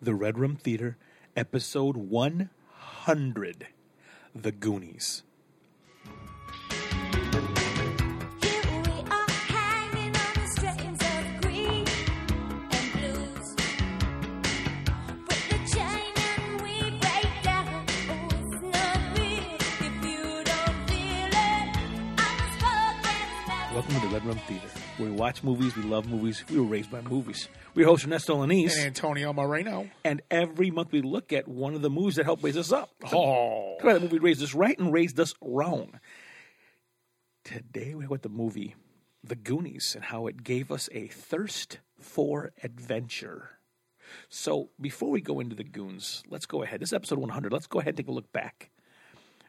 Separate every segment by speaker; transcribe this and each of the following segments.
Speaker 1: The Red Room Theater, episode 100 The Goonies.
Speaker 2: Here we are hanging on the strings of green and blues. With the chain and we break down. Oh, it's not real if you don't feel it. I was programmed
Speaker 1: Welcome to the Red Room Theater, where we watch movies, we love movies, we were raised by movies. We're your host Ernesto
Speaker 3: and
Speaker 1: Lanise,
Speaker 3: Antonio Moreno.
Speaker 1: and every month we look at one of the movies that helped raise us up.
Speaker 3: Oh,
Speaker 1: Talk about the movie raised us right and raised us wrong. Today we have with the movie The Goonies and how it gave us a thirst for adventure. So before we go into the Goons, let's go ahead. This is episode 100. Let's go ahead and take a look back.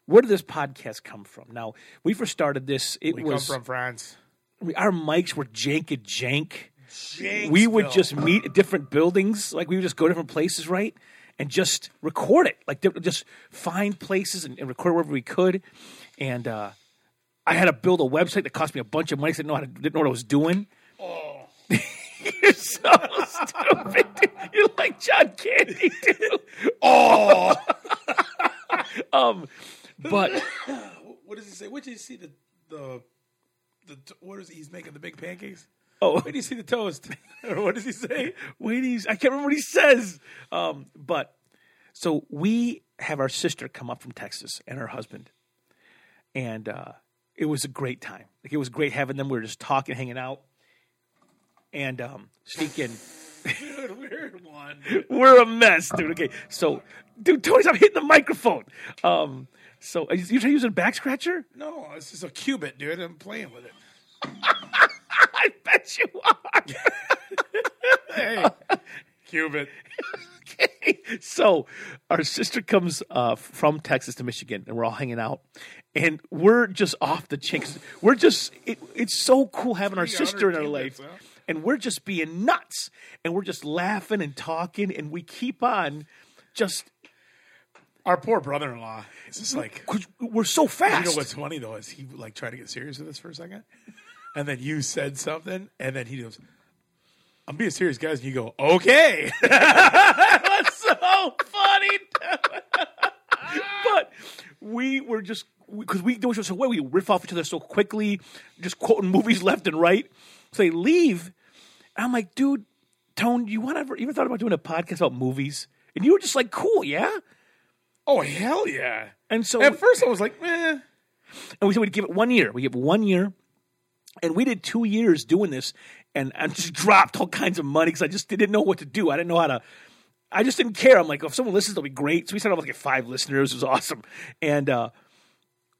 Speaker 1: Where did this podcast come from? Now, we first started this. It
Speaker 3: we
Speaker 1: was
Speaker 3: come from France.
Speaker 1: we- our mics were jank and jank. We would just meet at different buildings, like we would just go different places, right? And just record it, like di- just find places and, and record wherever we could. And uh, I had to build a website that cost me a bunch of money. 'cause I didn't know how to, didn't know what I was doing. You're so stupid. dude. You're like John Candy, dude.
Speaker 3: Oh,
Speaker 1: Um, but
Speaker 3: what does he say? What did you see the the the t- what is he? he's making the big pancakes?
Speaker 1: oh,
Speaker 3: Where do you see the toast? or what does he say?
Speaker 1: Wait, he's, I can't remember what he says. Um, but so we have our sister come up from Texas and her husband, and uh, it was a great time. Like it was great having them. We were just talking, hanging out, and um, speaking.
Speaker 3: Dude, weird one.
Speaker 1: We're a mess, dude. Okay, so dude, Tony, I'm hitting the microphone. Um, so are you you trying to use a back scratcher?
Speaker 3: No, this is a cubit, dude. I'm playing with it.
Speaker 1: I bet you are.
Speaker 3: Hey, cubit.
Speaker 1: okay. So our sister comes uh, from Texas to Michigan, and we're all hanging out, and we're just off the chinks. We're just it, it's so cool having our
Speaker 3: 300
Speaker 1: sister in our life,
Speaker 3: cubits, huh?
Speaker 1: and we're just being nuts, and we're just laughing and talking, and we keep on just
Speaker 3: Our poor brother-in-law. It's just like
Speaker 1: 'cause we're so
Speaker 3: you
Speaker 1: fast.
Speaker 3: know what's funny though is he like tried to get serious with us for a second, and then you said something, and then he goes, "I'm being serious, guys," and you go, "Okay."
Speaker 1: That's so funny. dude. but we were just because we do it so well. We riff off each other so quickly, just quoting movies left and right. So they leave. And I'm like, dude, Tone, you want ever you ever thought about doing a podcast about movies? And you were just like, cool, yeah.
Speaker 3: Oh hell yeah!
Speaker 1: And so
Speaker 3: At first I was like, eh.
Speaker 1: and we said we'd give it one year. We give it one year, and we did two years doing this, and I just dropped all kinds of money because I just didn't know what to do. I didn't know how to. I just didn't care. I'm like, if someone listens, they'll be great. So we started off with like five listeners. It was awesome. And uh,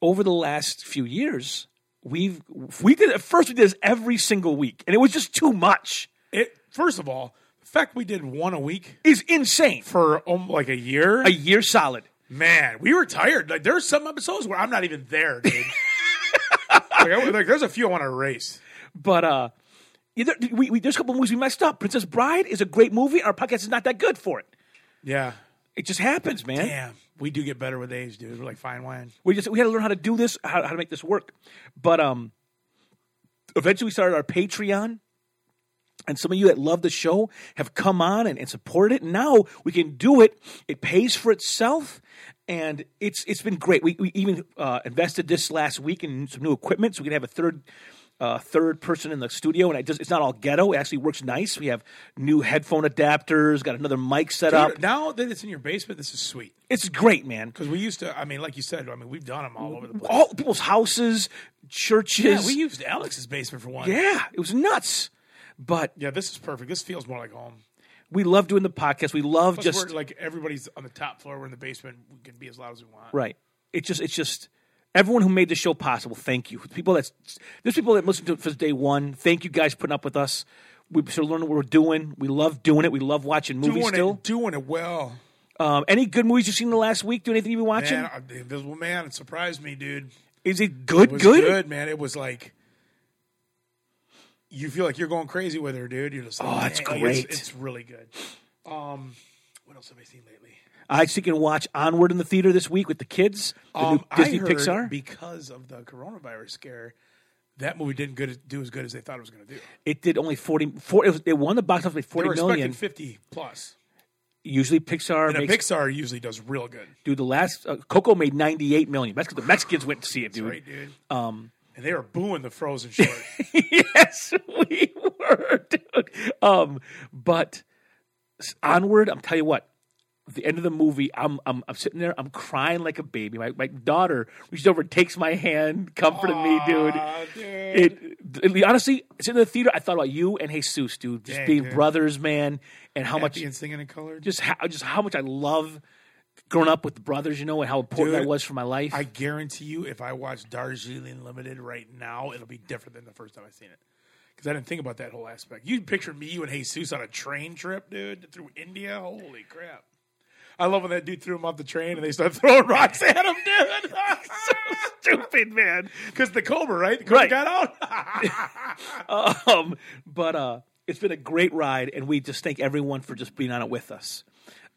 Speaker 1: over the last few years, we've we did at first we did this every single week, and it was just too much.
Speaker 3: It first of all, the fact we did one a week
Speaker 1: It's insane.
Speaker 3: for um, like a year.
Speaker 1: A year solid.
Speaker 3: man, we were tired. Like there's some episodes where I'm not even there, dude. like, I- like, there's a few I want to erase.
Speaker 1: But uh, yeah, there, we, we, there's a couple movies we messed up. Princess Bride is a great movie. Our podcast is not that good for it.
Speaker 3: Yeah,
Speaker 1: It just happens, man.
Speaker 3: damn. We do get better with age, dude. We're like fine wine.
Speaker 1: we just we had to learn how to do this how, how to make this work but um eventually we started our patreon and some of you that love the show have come on and, and supported it now we can do it it pays for itself and it's it's been great we, we even uh, invested this last week in some new equipment so we can have a third uh, third person in the studio and it just, it's not all ghetto it actually works nice we have new headphone adapters got another mic set up
Speaker 3: Dude, now that it's in your basement, this is sweet.
Speaker 1: it's great man
Speaker 3: Because we used to, I mean, like you said, I mean, we've done them all over the place.
Speaker 1: all people's houses churches
Speaker 3: Yeah, we used Alex's basement for one.
Speaker 1: Yeah, it was nuts. But
Speaker 3: Yeah, this is perfect. This feels more like home.
Speaker 1: we love doing the podcast. We love
Speaker 3: Plus,
Speaker 1: just
Speaker 3: we're like everybody's on the top floor. We're in the basement. We can be as loud as we want.
Speaker 1: right. It just it's just everyone who made the show possible. Thank you. The people that's there's people that listen to it for day one. Thank you guys for putting up with us. We sort of learned what we're doing. We love doing it. We love watching movies
Speaker 3: Doing
Speaker 1: still.
Speaker 3: it, doing it well.
Speaker 1: Um, any good movies you've seen in the last week? Do anything you've been watching?
Speaker 3: Man, I- the Invisible Man it surprised me, dude.
Speaker 1: Is it good?
Speaker 3: It was
Speaker 1: good?
Speaker 3: man. It was like you feel like you're going crazy with her, dude. You're just like,
Speaker 1: Oh, that's
Speaker 3: man, like, it's-
Speaker 1: great.
Speaker 3: It's, really good. Um, what else have I seen lately?
Speaker 1: I actually can watch Onward in the theater this week with the kids. The
Speaker 3: Um,
Speaker 1: new Disney
Speaker 3: I heard
Speaker 1: Pixar.
Speaker 3: because of the coronavirus scare. That movie didn't good, do as good as they thought it was going to do.
Speaker 1: it did only 40, 40 it, was, it won the box office by
Speaker 3: They
Speaker 1: forty
Speaker 3: were
Speaker 1: million.
Speaker 3: expecting fifty plus.
Speaker 1: Usually Pixar
Speaker 3: And a
Speaker 1: makes
Speaker 3: Pixar usually does real good.
Speaker 1: dude. The last uh, Coco made ninety eight million. That's 'cause the Mexicans went to see it, dude.
Speaker 3: Right, dude. Um, and they were booing the Frozen short.
Speaker 1: yes, we were, dude. Um, but s- onward, I'm telling you what. The end of the movie, I'm I'm, I'm sitting there, I'm crying like a baby. My my daughter reaches over, and takes my hand, comforted me, dude.
Speaker 3: Aw, dude.
Speaker 1: It, it- honestly, sitting in the theater, I thought about you and Jesus, dude, just
Speaker 3: Dang,
Speaker 1: being
Speaker 3: dude.
Speaker 1: brothers, man, and how much
Speaker 3: Happy and singing in color.
Speaker 1: just how just how much I love growing up with brothers, you know, and how important
Speaker 3: Dude,
Speaker 1: that was for my life.
Speaker 3: I guarantee you, if I watch Darjeeling Limited right now, it'll be different than the first time I seen it. Because I didn't think about that whole aspect. You picture me, you, and Jesus on a train trip, dude, through India. Holy crap! I love when that dude threw him off the train and they start throwing rocks at him, dude.
Speaker 1: Stupid man.
Speaker 3: Because the Cobra, right? The Cobra
Speaker 1: Right.
Speaker 3: got out.
Speaker 1: um, but uh, it's been a great ride, and we just thank everyone for just being on it with us.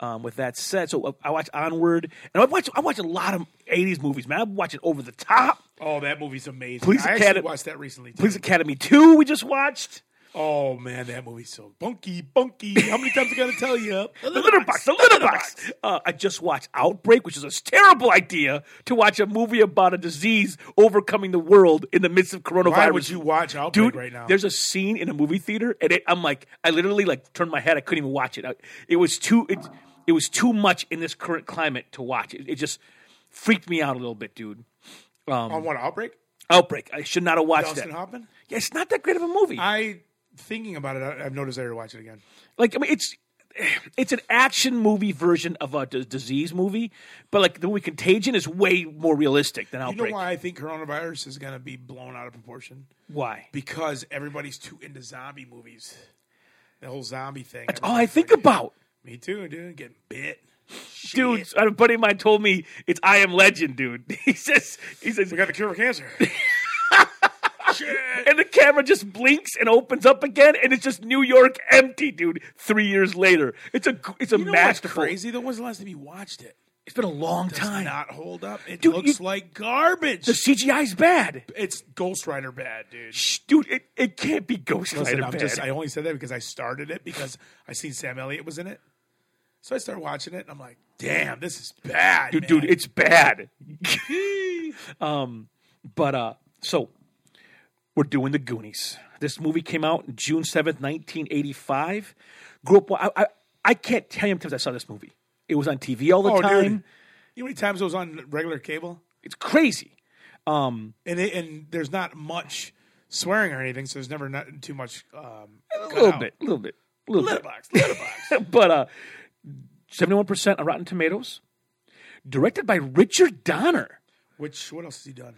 Speaker 1: Um, with that said, so uh, I watch Onward, and I watch I watch a lot of '80s movies, man. I'm watching Over the Top,
Speaker 3: oh, that movie's amazing.
Speaker 1: Police
Speaker 3: I
Speaker 1: Academy-
Speaker 3: actually watched that recently. Too.
Speaker 1: Police Academy Two. We just watched
Speaker 3: Oh man, that movie's so bunky, bunky. How many times I gotta tell you? The
Speaker 1: The Litter Box. The Litter Box. Uh, I just watched Outbreak, which is a terrible idea to watch a movie about a disease overcoming the world in the midst of coronavirus.
Speaker 3: Why would you watch Outbreak
Speaker 1: dude
Speaker 3: right now?
Speaker 1: there's a scene in a movie theater and it, i'm like i literally like turned my head i couldn't even watch it I, it was too it, it was too much in this current climate to watch it, it just freaked me out a little bit dude
Speaker 3: on what Outbreak?
Speaker 1: outbreak i should not have watched
Speaker 3: Dustin
Speaker 1: that
Speaker 3: Hoffman.
Speaker 1: yeah it's not that great of a movie
Speaker 3: I thinking about it. I, I've noticed I had to watch it again.
Speaker 1: like i mean it's it's an action movie version of a d- disease movie but like the movie contagion is way more realistic than
Speaker 3: You know
Speaker 1: outbreak
Speaker 3: why I think coronavirus is going to be blown out of proportion?
Speaker 1: why
Speaker 3: Because everybody's too into zombie movies. The whole zombie thing.
Speaker 1: that's all Oh, i think about
Speaker 3: Me too, dude. Getting bit.
Speaker 1: Dude, a buddy of mine told me it's I Am Legend, dude. He says, he says,
Speaker 3: We got the cure for cancer. Shit.
Speaker 1: and the camera just blinks and opens up again, and it's just New York empty, dude. Three years later, it's a g- it's a
Speaker 3: You know what's
Speaker 1: masterful.
Speaker 3: crazy though? When's the last time you watched it?
Speaker 1: It's been a long
Speaker 3: Does
Speaker 1: time.
Speaker 3: not hold up. It
Speaker 1: Dude,
Speaker 3: looks
Speaker 1: you-
Speaker 3: like garbage.
Speaker 1: the CGI's bad,
Speaker 3: it's Ghost Rider bad, dude.
Speaker 1: Shh, dude. It, it can't be Ghost
Speaker 3: Listen,
Speaker 1: Rider
Speaker 3: I'm
Speaker 1: bad.
Speaker 3: just, I only said that because I started it because I seen Sam Elliott was in it. So I started watching it and I'm like, damn, this is bad.
Speaker 1: dude,
Speaker 3: man.
Speaker 1: dude, it's bad. um, but uh, so we're doing the Goonies. This movie came out June seventh, nineteen eighty five. Grew up. I, I I can't tell you how many times I saw this movie. It was on TV all the
Speaker 3: Oh, dude.
Speaker 1: time.
Speaker 3: You know how many times it was on regular cable?
Speaker 1: It's crazy.
Speaker 3: And it, and there's not much swearing or anything, so there's never not too much. Um,
Speaker 1: A little bit, a little bit, a little bit.
Speaker 3: Litterbox, litterbox.
Speaker 1: but uh, 71% on Rotten Tomatoes, directed by Richard Donner,
Speaker 3: Which what else has he done?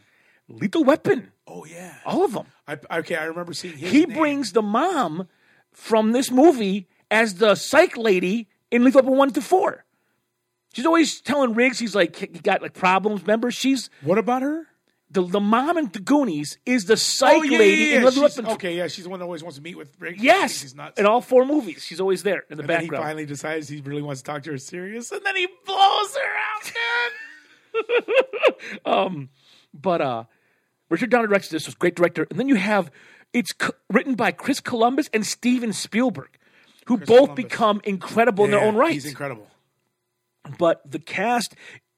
Speaker 1: Lethal Weapon,
Speaker 3: Oh yeah.
Speaker 1: all of them.
Speaker 3: I, okay, I remember seeing his
Speaker 1: He
Speaker 3: name.
Speaker 1: brings the mom from this movie as the psych lady in Lethal Weapon 1 to 4. She's always telling Riggs he's like, he got like problems. Remember, she's
Speaker 3: What about her?
Speaker 1: the, the mom in the Goonies is the psych lady in Lethal
Speaker 3: She's-
Speaker 1: Weapon.
Speaker 3: okay, Oh, yeah, she's the one that always wants to meet with Rick.
Speaker 1: Yes,
Speaker 3: she's nuts.
Speaker 1: in all four movies, she's always there in the
Speaker 3: And then he
Speaker 1: background.
Speaker 3: finally decides he really wants to talk to her serious, and then he blows her out, man.
Speaker 1: But uh, Richard Donner directed this. Was a great director, and then you have it's c- written by Chris Columbus and Steven Spielberg, who both
Speaker 3: Columbus.
Speaker 1: become incredible in their own
Speaker 3: Yeah,
Speaker 1: right.
Speaker 3: He's incredible.
Speaker 1: but the cast,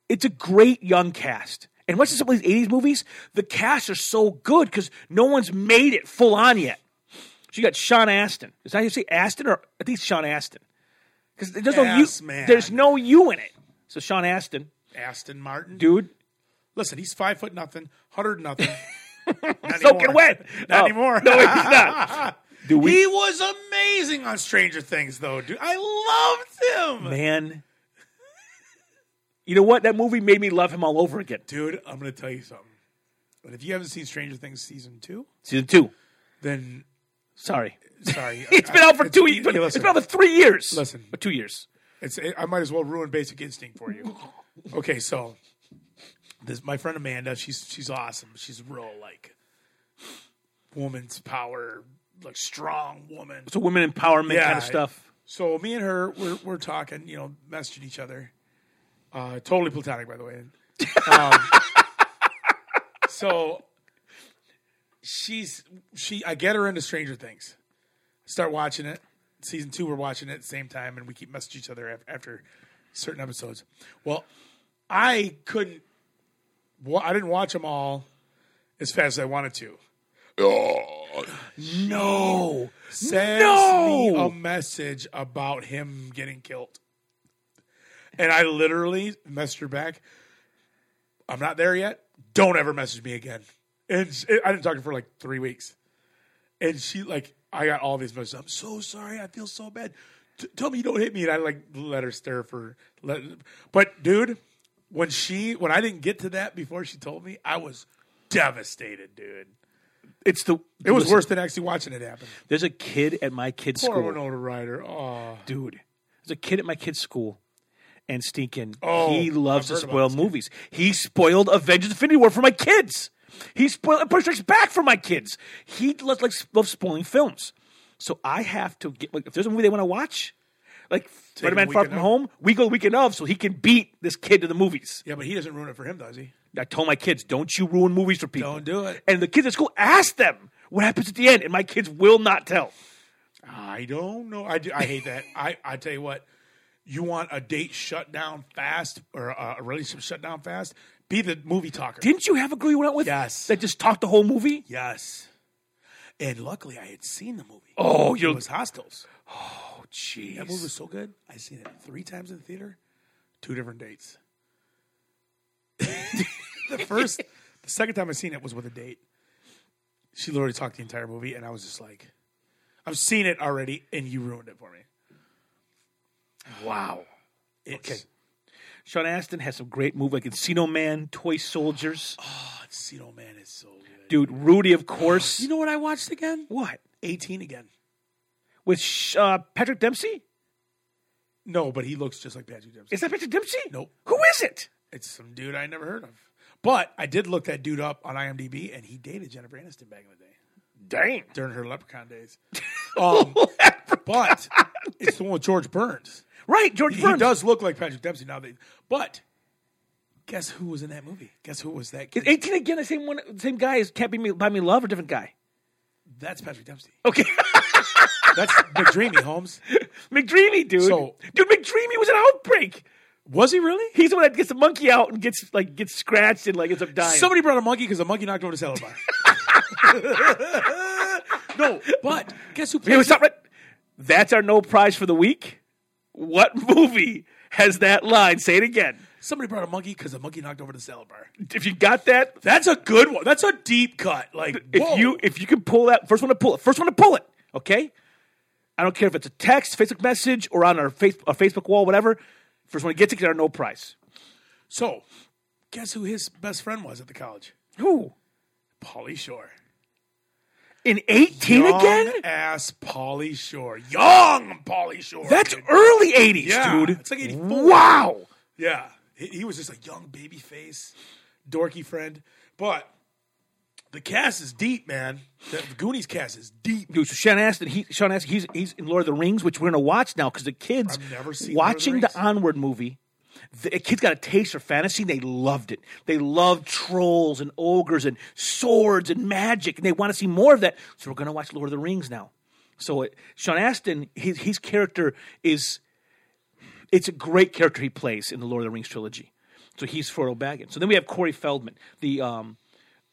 Speaker 1: it's a great young cast. And what's in some of these '80s movies? The casts are so good because no one's made it full on yet. So you got Sean Astin. Is that how you say Astin or I think it's Sean Astin? Because there's no you.
Speaker 3: Ass man.
Speaker 1: There's no you in it. So Sean Astin,
Speaker 3: Aston Martin,
Speaker 1: dude,
Speaker 3: Listen, he's five foot nothing, hundred nothing. Not
Speaker 1: soaking
Speaker 3: anymore.
Speaker 1: wet.
Speaker 3: Not
Speaker 1: Oh,
Speaker 3: anymore.
Speaker 1: No, he's not. Do we?
Speaker 3: he was amazing on Stranger Things, though, dude. I loved him,
Speaker 1: man. You know what? That movie made me love him all over again.
Speaker 3: dude. I'm gonna tell you something. But if you haven't seen Stranger Things season two,
Speaker 1: Season two.
Speaker 3: then
Speaker 1: Sorry,
Speaker 3: sorry,
Speaker 1: it's been out for
Speaker 3: it's-
Speaker 1: two.
Speaker 3: you-
Speaker 1: years.
Speaker 3: you
Speaker 1: It's
Speaker 3: listen.
Speaker 1: been out for three years.
Speaker 3: Listen.
Speaker 1: or two years.
Speaker 3: It's, I might as well ruin Basic Instinct for you. Okay, so this my friend Amanda. She's she's awesome. She's real like woman's power, like strong woman.
Speaker 1: It's a women empowerment
Speaker 3: Yeah,
Speaker 1: kind of stuff.
Speaker 3: So me and her, we're we're talking, you know, messaging each other. Uh, totally platonic, by the way. Um, so she's she. I get her into Stranger Things. Start watching it. season two, we're watching it at the same time, and we keep messaging each other af- after certain episodes. Well, I couldn't. Well, I didn't watch them all as fast as I wanted to. no, sends
Speaker 1: No!
Speaker 3: me a message about him getting killed, and I literally messaged her back. I'm not there yet. Don't ever message me again. And sh- I didn't talk to her for like three weeks. And she like, I got all these messages. I'm so sorry. I feel so bad. T- tell me you don't hit me. And I like let her stare for. Let, but dude, when she when I didn't get to that before she told me, I was devastated, dude.
Speaker 1: It's the
Speaker 3: It was
Speaker 1: listen,
Speaker 3: worse than actually watching it happen.
Speaker 1: There's a kid at my kid's
Speaker 3: Poor
Speaker 1: school,
Speaker 3: Winona Ryder. Oh,
Speaker 1: dude. There's a kid at my kid's school, and stinking,
Speaker 3: Oh,
Speaker 1: he loves to
Speaker 3: I've heard about
Speaker 1: spoil
Speaker 3: this
Speaker 1: movies. He spoiled Avengers: Infinity War for my kids. He spoiled Empire Strikes Back for my kids. He loves like loves spoiling films. So I have to get like if there's a movie they want to watch, like Spider-Man
Speaker 3: the
Speaker 1: Far
Speaker 3: weekend
Speaker 1: From
Speaker 3: off.
Speaker 1: Home, we go the weekend of, so he can beat this kid to the movies.
Speaker 3: yeah, but he doesn't ruin it for him, does he?
Speaker 1: I told my kids, don't you ruin movies for people.
Speaker 3: Don't do it.
Speaker 1: And the kids at school asked them what happens at the end, and my kids will not tell.
Speaker 3: I don't know. I do. I hate that. I, I tell you what, you want a date shut down fast or a a relationship shut down fast? Be the movie talker.
Speaker 1: Didn't you have a girl you went out with?
Speaker 3: Yes.
Speaker 1: That just talked the whole movie?
Speaker 3: yes. And luckily, I had seen the movie.
Speaker 1: Oh,
Speaker 3: it
Speaker 1: you're
Speaker 3: was Hostels.
Speaker 1: oh, jeez.
Speaker 3: That movie was so good. I seen it three times in the theater, two different dates. the first, the second time I seen it was with a date. She literally talked the entire movie, and I was just like, "I've seen it already, and you ruined it for me."
Speaker 1: wow.
Speaker 3: It's,
Speaker 1: Okay. Sean Astin has some great movies like Encino Man, Toy Soldiers,
Speaker 3: Encino Man is so good.
Speaker 1: dude. Rudy, of course.
Speaker 3: You know what I watched again?
Speaker 1: what
Speaker 3: 18 again.
Speaker 1: with Sh- uh, Patrick Dempsey?
Speaker 3: No, but he looks just like Patrick Dempsey.
Speaker 1: Is that Patrick Dempsey?
Speaker 3: Nope.
Speaker 1: Who is it?
Speaker 3: It's some dude I never heard of. But I did look that dude up on IMDb, and he dated Jennifer Aniston back in the day
Speaker 1: Dang.
Speaker 3: during her Leprechaun days. Um, but it's the one with George Burns.
Speaker 1: Right, George
Speaker 3: He
Speaker 1: Burns.
Speaker 3: does look like Patrick Dempsey now. That, but guess who was in that movie? Guess who was that?
Speaker 1: Is
Speaker 3: Kid?
Speaker 1: Eighteen again? The same one, same guy as Can't Be Me, Buy Me Love, or different guy?
Speaker 3: That's Patrick Dempsey.
Speaker 1: Okay,
Speaker 3: That's McDreamy Holmes.
Speaker 1: McDreamy, dude.
Speaker 3: So-
Speaker 1: dude, McDreamy was an outbreak.
Speaker 3: Was he really?
Speaker 1: He's the one that gets the monkey out and gets like gets scratched and like ends up dying.
Speaker 3: Somebody brought a monkey because a monkey knocked over the salad bar. no, but guess who
Speaker 1: Hey,
Speaker 3: plays?
Speaker 1: what's up, right? That's our no prize for the week. What movie has that line? Say it again.
Speaker 3: Somebody brought a monkey because a monkey knocked over the salad bar.
Speaker 1: If you got that,
Speaker 3: That's a good one. That's a deep cut. Like
Speaker 1: if
Speaker 3: whoa.
Speaker 1: you if you can pull that first one to pull it, first one to pull it. Okay, I don't care if it's a text, Facebook message, or on our, face, our Facebook wall, whatever. First one to gets it, get our no prize.
Speaker 3: So, guess who his best friend was at the college?
Speaker 1: Who
Speaker 3: Polly Shore.
Speaker 1: in eighteen
Speaker 3: Young
Speaker 1: again?
Speaker 3: ass Polly Shore. Young Polly Shore.
Speaker 1: That's
Speaker 3: dude.
Speaker 1: early eighties,
Speaker 3: Yeah,
Speaker 1: dude.
Speaker 3: it's like 84.
Speaker 1: Wow.
Speaker 3: yeah. He, he was just a young baby face, dorky friend. But the cast is deep, man. The, the Goonies cast is deep.
Speaker 1: Dude, so Sean Astin, he, Sean Astin, he's he's in Lord of the Rings, which we're gonna watch now because the kids
Speaker 3: I've never seen Lord of the
Speaker 1: watching the,
Speaker 3: Rings.
Speaker 1: Onward movie. The kids got a taste for fantasy. and They loved it. They loved trolls and ogres and swords and magic, and they want to see more of that. So we're gonna watch Lord of the Rings now. So it, Sean Astin, his his character is it's a great character he plays in the Lord of the Rings trilogy. So he's Frodo Baggins. So then we have Corey Feldman, the um,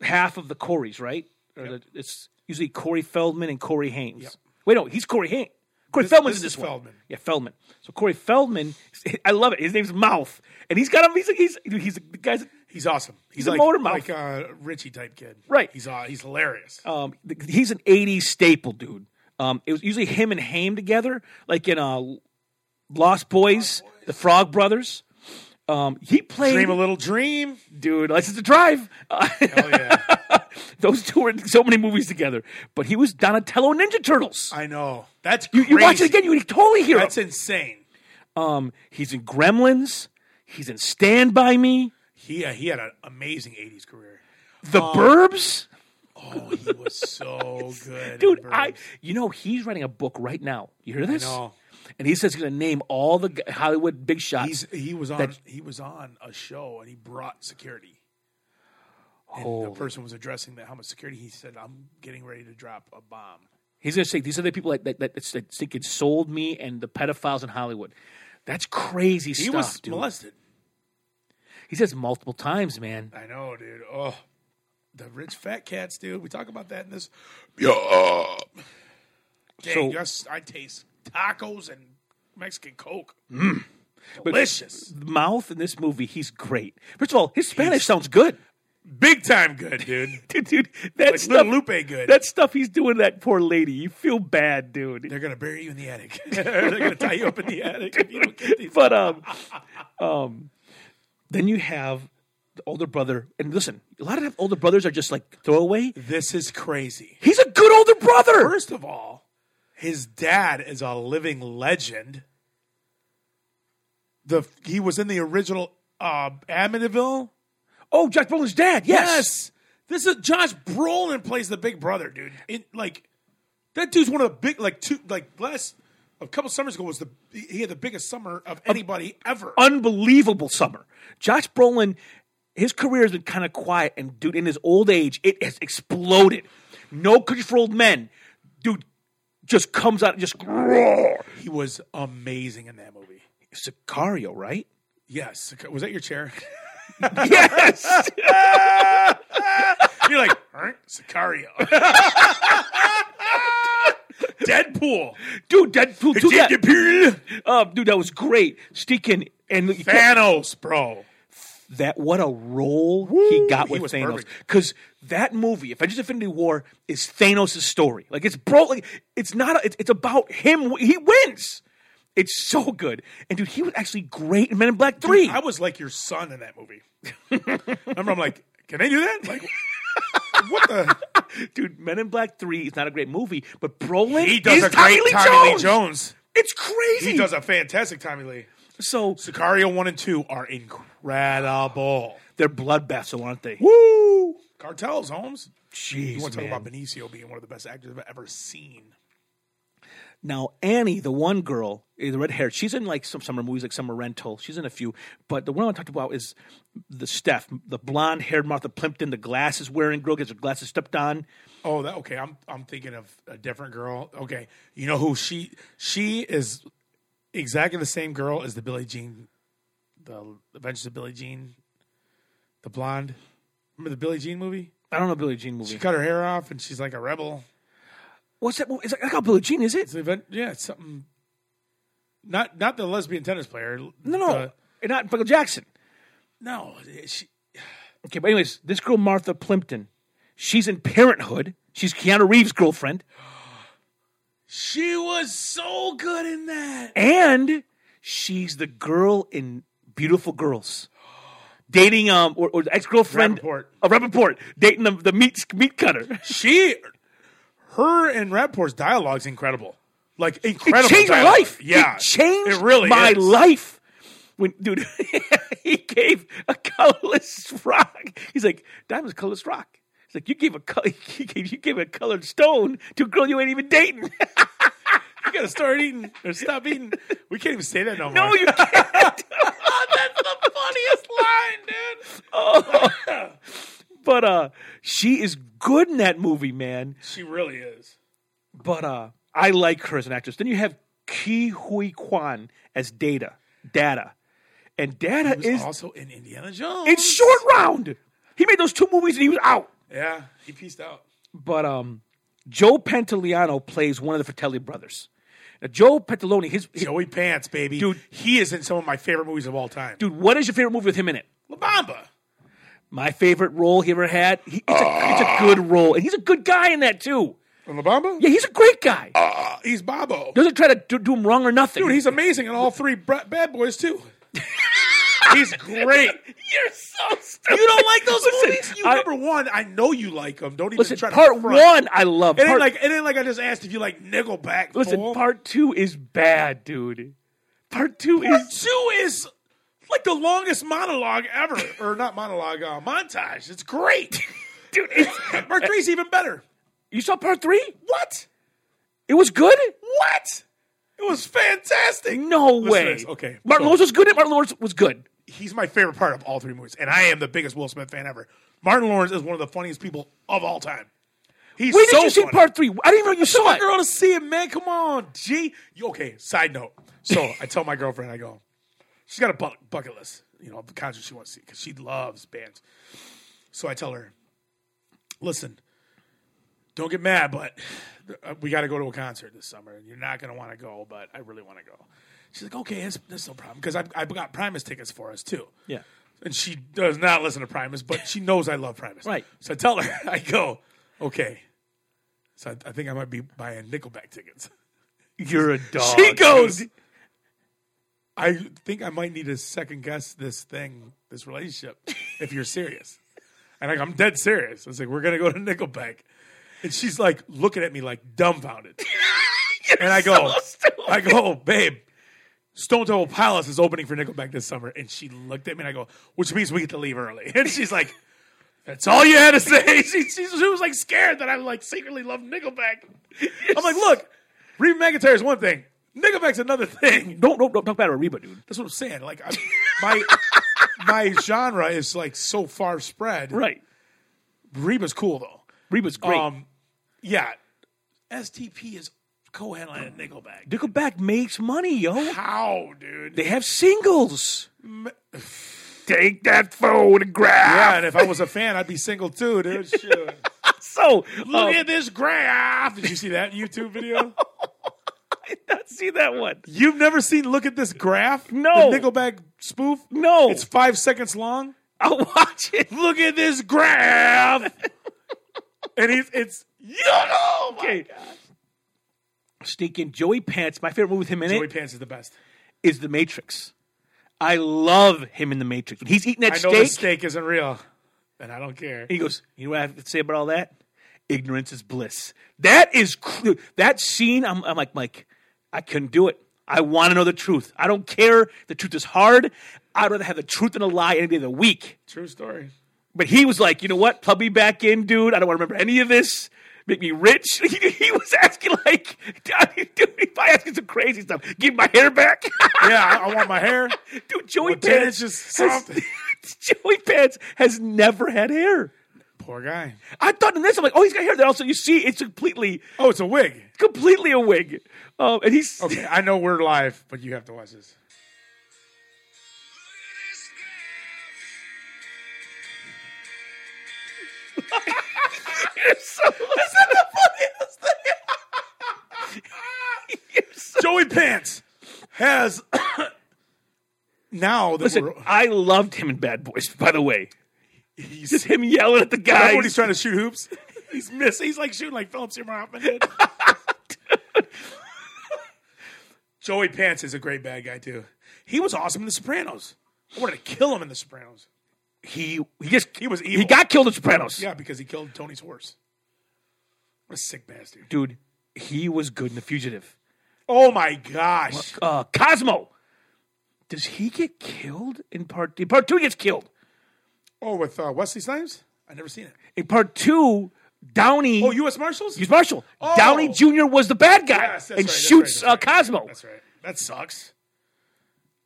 Speaker 1: half of the Coreys, right? Or the, it's usually Corey Feldman and Corey Haynes. Wait, no, he's Corey Haynes. Corey Feldman's
Speaker 3: this
Speaker 1: in this
Speaker 3: is
Speaker 1: one.
Speaker 3: Feldman.
Speaker 1: Yeah, Feldman. So Corey Feldman, I love it. His name's Mouth, and he's got him. He's he's dude, he's the guy's.
Speaker 3: He's awesome. He's,
Speaker 1: a
Speaker 3: like,
Speaker 1: motor mouth.
Speaker 3: like a Richie type kid.
Speaker 1: Right.
Speaker 3: He's uh, he's hilarious.
Speaker 1: Um, th- he's an '80s staple, dude. Um, it was usually him and Haim together, like in uh, Lost Boys, the Frog Brothers. Um, he played
Speaker 3: Dream a little dream.
Speaker 1: dude. License to Drive. Uh,
Speaker 3: Hell yeah.
Speaker 1: those two were in so many movies together. But he was Donatello in Ninja Turtles.
Speaker 3: I know. That's
Speaker 1: you, you watch
Speaker 3: crazy.
Speaker 1: it again, you would totally hear
Speaker 3: That's
Speaker 1: him.
Speaker 3: insane.
Speaker 1: Um, he's in Gremlins. He's in Stand by Me.
Speaker 3: He uh, he had an amazing '80s career.
Speaker 1: The Burbs.
Speaker 3: Oh, he was so good, in
Speaker 1: Dude,
Speaker 3: Burbs.
Speaker 1: I you know he's writing a book right now. You hear this?
Speaker 3: know.
Speaker 1: And he says he's going to name all the g- Hollywood big shots.
Speaker 3: He's, he was on
Speaker 1: That-
Speaker 3: he was on a show and he brought security. And
Speaker 1: Holy-
Speaker 3: the person was addressing that how much security. He said, "I'm getting ready to drop a bomb."
Speaker 1: He's gonna say these are the people that that, that, that think it sold me and the pedophiles in Hollywood. That's crazy
Speaker 3: He
Speaker 1: stuff,
Speaker 3: was
Speaker 1: dude.
Speaker 3: molested.
Speaker 1: He says multiple times, man.
Speaker 3: I know, dude. Oh, the rich fat cats, dude. We talk about that in this. Yeah.
Speaker 1: So-
Speaker 3: Dang, yes, I taste tacos and Mexican Coke. Delicious.
Speaker 1: Mouth in this movie, he's great. First of all, his Spanish sounds good,
Speaker 3: Big time good, dude.
Speaker 1: dude. dude that
Speaker 3: Like
Speaker 1: stuff,
Speaker 3: Little Lupe good.
Speaker 1: that stuff he's doing to that poor lady. You feel bad, dude.
Speaker 3: They're going to bury you in the attic. They're going to tie you up in the attic if you don't get these.
Speaker 1: but um, um, then you have the older brother, and listen, a lot of older brothers are just like throwaway.
Speaker 3: This is crazy.
Speaker 1: He's a good older brother.
Speaker 3: First of all, his dad is a living legend. The He was in the original uh, Amityville.
Speaker 1: Oh, Jack Brolin's dad. Yes.
Speaker 3: Yes. This is Josh Brolin plays the big brother, dude. It, like that dude's one of the big like two like last a couple summers ago was the he had the biggest summer of anybody ever.
Speaker 1: uh, unbelievable summer. Josh Brolin, his career has been kind of quiet, and dude, in his old age, it has exploded. No Country for Old Men, dude, just comes out and just roar.
Speaker 3: he was amazing in that movie.
Speaker 1: Sicario, right?
Speaker 3: Yes. Was that your chair?
Speaker 1: yes.
Speaker 3: You're like, "Huh? Sicario. Deadpool.
Speaker 1: dude, Deadpool 2. That,
Speaker 3: Deadpool.
Speaker 1: uh, dude, that was great. Steakin and you can't-
Speaker 3: Thanos, bro.
Speaker 1: that what a role he got
Speaker 3: he
Speaker 1: with
Speaker 3: was
Speaker 1: Thanos.
Speaker 3: perfect.
Speaker 1: Because that movie, Avengers: Infinity War, is Thanos' story. Like it's bro, like it's not. A, it's, it's about him. He wins. It's so good. And dude, he was actually great in Men in Black Three.
Speaker 3: I was like your son in that movie. Remember, I'm like, can they do that? Like, what the?
Speaker 1: dude, Men in Black Three is not a great movie, but Brolin
Speaker 3: He does
Speaker 1: is
Speaker 3: a great
Speaker 1: Tommy,
Speaker 3: Tommy
Speaker 1: Jones.
Speaker 3: Lee Jones.
Speaker 1: It's crazy.
Speaker 3: He does a fantastic Tommy Lee.
Speaker 1: so
Speaker 3: Sicario one and two are incredible.
Speaker 1: they're bloodbaths, though, aren't they?
Speaker 3: Woo! Cartels, Holmes.
Speaker 1: Jeez,
Speaker 3: You want to
Speaker 1: man.
Speaker 3: talk about Benicio being one of the best actors I've ever seen?
Speaker 1: Now, Annie, the one girl, eh, the red hair, she's in like some summer movies, like Summer Rental. She's in a few. But the one I talked about is the Steph, the blonde haired Martha Plimpton, the glasses wearing girl, gets her glasses stepped on.
Speaker 3: Oh, that okay. I'm I'm thinking of a different girl. Okay, you know who she she is exactly the same girl as the Billie Jean, the Adventures of Billie Jean, the blonde. Remember the Billie Jean movie?
Speaker 1: I don't know Billie Jean
Speaker 3: She
Speaker 1: movie.
Speaker 3: cut her hair off and she's like a rebel.
Speaker 1: What's that movie? Is that called Billie Jean, is
Speaker 3: It's
Speaker 1: it?
Speaker 3: an event, yeah, it's something. Not not the lesbian tennis player.
Speaker 1: No, no.
Speaker 3: the-
Speaker 1: Eh, not Michael Jackson.
Speaker 3: no. She,
Speaker 1: Okay, but anyways, this girl, Martha Plimpton, she's in Parenthood. She's Keanu Reeves' girlfriend.
Speaker 3: she was so good in that.
Speaker 1: And she's the girl in Beautiful Girls. Dating um or, or ex girlfriend
Speaker 3: Rappaport.
Speaker 1: of Rappaport dating the, the meat meat cutter.
Speaker 3: She, her and Rapport's dialogue's incredible. Like incredible.
Speaker 1: It changed my
Speaker 3: dialogue.
Speaker 1: life.
Speaker 3: Yeah,
Speaker 1: it changed
Speaker 3: It really
Speaker 1: my
Speaker 3: is.
Speaker 1: life. When dude, he gave a colorless rock. He's like, "Diamond's a colorless rock." He's like, "You gave a color, you gave, you gave a colored stone to a girl you ain't even dating."
Speaker 3: You gotta start eating or stop eating. We can't even say that no more.
Speaker 1: no, you can't.
Speaker 3: Oh, that's the funniest line, dude.
Speaker 1: Oh. but uh, she is good in that movie, man.
Speaker 3: She really is.
Speaker 1: But uh, I like her as an actress. Then you have Ki Hui Kwan as Data, Data, and Data
Speaker 3: Is
Speaker 1: is
Speaker 3: also in Indiana Jones.
Speaker 1: in Short Round. He made those two movies and he was out.
Speaker 3: Yeah, he pieced out.
Speaker 1: but um, Joe Pantoliano plays one of the Fratelli brothers. Now, Joe Pantalone, his, his-
Speaker 3: Joey Pants, baby,
Speaker 1: Dude.
Speaker 3: He is in some of my favorite movies of all time.
Speaker 1: dude, what is your favorite movie with him in it?
Speaker 3: La Bamba.
Speaker 1: My favorite role he ever had. He, it's, a, it's a good role, and he's a good guy in that too.
Speaker 3: La Bamba.
Speaker 1: Yeah, he's a great guy.
Speaker 3: Uh, he's Bobo.
Speaker 1: Doesn't try to do, do him wrong or nothing.
Speaker 3: Dude, he's amazing in all three Bra- Bad Boys too. he's great.
Speaker 1: you're so stupid.
Speaker 3: You don't like those
Speaker 1: Listen,
Speaker 3: movies? You
Speaker 1: I-
Speaker 3: number one, I know you like them. Don't even
Speaker 1: Listen,
Speaker 3: try to
Speaker 1: part
Speaker 3: front.
Speaker 1: one I love.
Speaker 3: It ain't
Speaker 1: Part-
Speaker 3: like it ain't like I just asked if you like Nickelback.
Speaker 1: listen,
Speaker 3: fool.
Speaker 1: part two is bad, dude. Part two
Speaker 3: Part
Speaker 1: is
Speaker 3: two is like the longest monologue ever, or not monologue uh, montage. It's great.
Speaker 1: dude. It's,
Speaker 3: part three's even better.
Speaker 1: you saw part three?
Speaker 3: What?
Speaker 1: It was good.
Speaker 3: What? It was fantastic.
Speaker 1: No
Speaker 3: Listen to
Speaker 1: way.
Speaker 3: this. Okay,
Speaker 1: Martin
Speaker 3: so-
Speaker 1: Lawrence was good. Martin Lawrence was good.
Speaker 3: he's my favorite part of all three movies, and I am the biggest Will Smith fan ever. Martin Lawrence is one of the funniest people of all time. He's
Speaker 1: Wait,
Speaker 3: so
Speaker 1: did you see
Speaker 3: funny.
Speaker 1: part three? I didn't even know you saw
Speaker 3: I
Speaker 1: it.
Speaker 3: want to see it, man. Come on, G. You- Okay, side note. So I tell my girlfriend, I go, she's got a bu- bucket list, you know, of the concerts she wants to see because she loves bands. So I tell her, listen, don't get mad, but uh, we got to go to a concert this summer, and you're not going to want to go, but I really want to go. She's like, okay, that's, that's no problem because I've, I've got Primus tickets for us too.
Speaker 1: Yeah.
Speaker 3: And she does not listen to Primus, but she knows I love Primus.
Speaker 1: Right.
Speaker 3: So I tell her, I go, okay. So I, I think I might be buying Nickelback tickets.
Speaker 1: You're a dog.
Speaker 3: She goes, I think I might need to second guess this thing, this relationship, if you're serious. And like, I'm dead serious. I was like, we're going to go to Nickelback. And she's like looking at me like dumbfounded. and I go, I go, "Oh, babe, Stone Temple Pilots is opening for Nickelback this summer. And she looked at me and I go, which means we get to leave early. And she's like, that's all you had to say. She, she, she was like scared that I like secretly love Nickelback. I'm like, look, Reba McIntyre is one thing. Nickelback's another thing.
Speaker 1: Don't, don't, don't talk bad about Reba, dude.
Speaker 3: That's what I'm saying. Like I, my my genre is like so far spread.
Speaker 1: Right.
Speaker 3: Reba's cool though.
Speaker 1: Reba's great.
Speaker 3: Um, yeah. STP is co-headlining Nickelback.
Speaker 1: Nickelback makes money, yo.
Speaker 3: How, dude?
Speaker 1: They have singles.
Speaker 3: take that photograph. Yeah, and if I was a fan, I'd be single too, dude. Shit.
Speaker 1: So
Speaker 3: Look
Speaker 1: um,
Speaker 3: at this graph. Did you see that YouTube video?
Speaker 1: I did not see that one.
Speaker 3: You've never seen "Look at This Graph"?
Speaker 1: No.
Speaker 3: the Nickelback spoof.
Speaker 1: No.
Speaker 3: it's five seconds long.
Speaker 1: I'll watch it.
Speaker 3: Look at this graph, and he's it's you know.
Speaker 1: Okay. Stinking Joey Pants. My favorite movie with him in it is
Speaker 3: Joey Pants is the best.
Speaker 1: The Matrix. I love him in The Matrix. When he's eating that
Speaker 3: I know
Speaker 1: steak,
Speaker 3: the steak isn't real, and I don't care.
Speaker 1: he goes, "You know what I have to say about all that? Ignorance is bliss." That is cr- that scene. I'm, I'm like, Mike, I couldn't do it. I want to know the truth. I don't care. The truth is hard. I'd rather have the truth than a lie any day of the week.
Speaker 3: True story.
Speaker 1: But he was like, you know what? Plug me back in, dude. I don't want to remember any of this. Make me rich. He, he was asking like, dude, he probably asking some crazy stuff. Give my hair back,
Speaker 3: Yeah, I, I want my hair.
Speaker 1: dude. Joey
Speaker 3: Well, Dan,
Speaker 1: Pants
Speaker 3: it's just
Speaker 1: has-
Speaker 3: soft.
Speaker 1: Joey Pants has never had hair.
Speaker 3: Poor guy.
Speaker 1: I thought in this, I'm like, oh, he's got hair. Then also, you see, it's completely,
Speaker 3: Oh, it's a wig.
Speaker 1: completely a wig. Um, and he's
Speaker 3: Okay, I know we're live, but you have to watch this. Joey Pants has now that
Speaker 1: listen.
Speaker 3: we're
Speaker 1: I loved him in Bad Boys. By the way,
Speaker 3: he's
Speaker 1: just him yelling at the guy.
Speaker 3: remember when he's trying to shoot hoops. He's missing. He's like shooting like Philip Seymour Hoffman did. Joey Pants is a great bad guy too. He was awesome in The Sopranos. I wanted to kill him in The Sopranos.
Speaker 1: he he just
Speaker 3: He was evil.
Speaker 1: he got killed in Sopranos.
Speaker 3: Yeah, because he killed Tony's horse. What a sick bastard.
Speaker 1: dude, he was good in The Fugitive.
Speaker 3: Oh my gosh.
Speaker 1: uh, Cosmo. Does he get killed in part two? Part two he gets killed.
Speaker 3: Oh, with uh, Wesley Snipes? I never seen it.
Speaker 1: In part two, Downey.
Speaker 3: Oh, U.S. Marshals?
Speaker 1: he's Marshall.
Speaker 3: Oh.
Speaker 1: Downey Jr. was the bad guy
Speaker 3: Yes, that's
Speaker 1: and
Speaker 3: right, that's
Speaker 1: shoots
Speaker 3: right, that's
Speaker 1: uh,
Speaker 3: right.
Speaker 1: Cosmo.
Speaker 3: That's right. That sucks.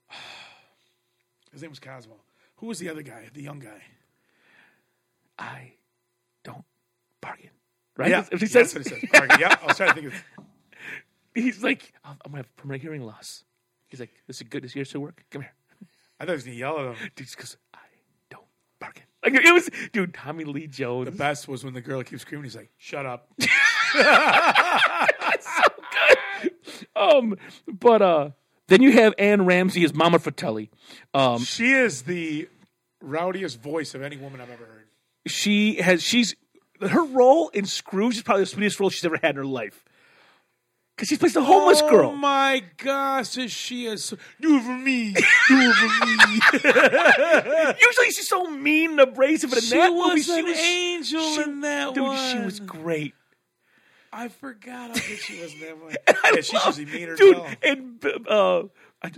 Speaker 3: His name was Cosmo. Who was the other guy? The young guy.
Speaker 1: I don't bargain. Right? If he
Speaker 3: That's
Speaker 1: says,
Speaker 3: what he says. Bargain. yeah, I was trying to think. Of,
Speaker 1: he's like, I'm I'm gonna have permanent hearing loss. He's like, this is good. This year to work. Come here.
Speaker 3: I thought he was gonna yell at him.
Speaker 1: Dude, because I don't bargain. Like it was, dude. Tommy Lee Jones.
Speaker 3: The best was when the girl keeps screaming. He's like, "Shut up!"
Speaker 1: Um, but uh, then you have Anne Ramsey as Mama Fratelli. Um,
Speaker 3: she is the rowdiest voice of any woman I've ever heard.
Speaker 1: she has she's her role in Scrooge is probably the sweetest role she's ever had in her life. Because she plays the homeless
Speaker 3: Oh
Speaker 1: girl.
Speaker 3: my gosh, is she is so, do it for me, do it for me.
Speaker 1: Usually she's so mean and abrasive, but in
Speaker 3: she
Speaker 1: that movie
Speaker 3: was
Speaker 1: she
Speaker 3: an
Speaker 1: was
Speaker 3: angel
Speaker 1: she-
Speaker 3: in that
Speaker 1: dude, she
Speaker 3: one.
Speaker 1: was great.
Speaker 3: I forgot how good she was in that one.
Speaker 1: I
Speaker 3: yeah, she
Speaker 1: love-
Speaker 3: was a meaner
Speaker 1: dude.
Speaker 3: girl.
Speaker 1: And B- uh,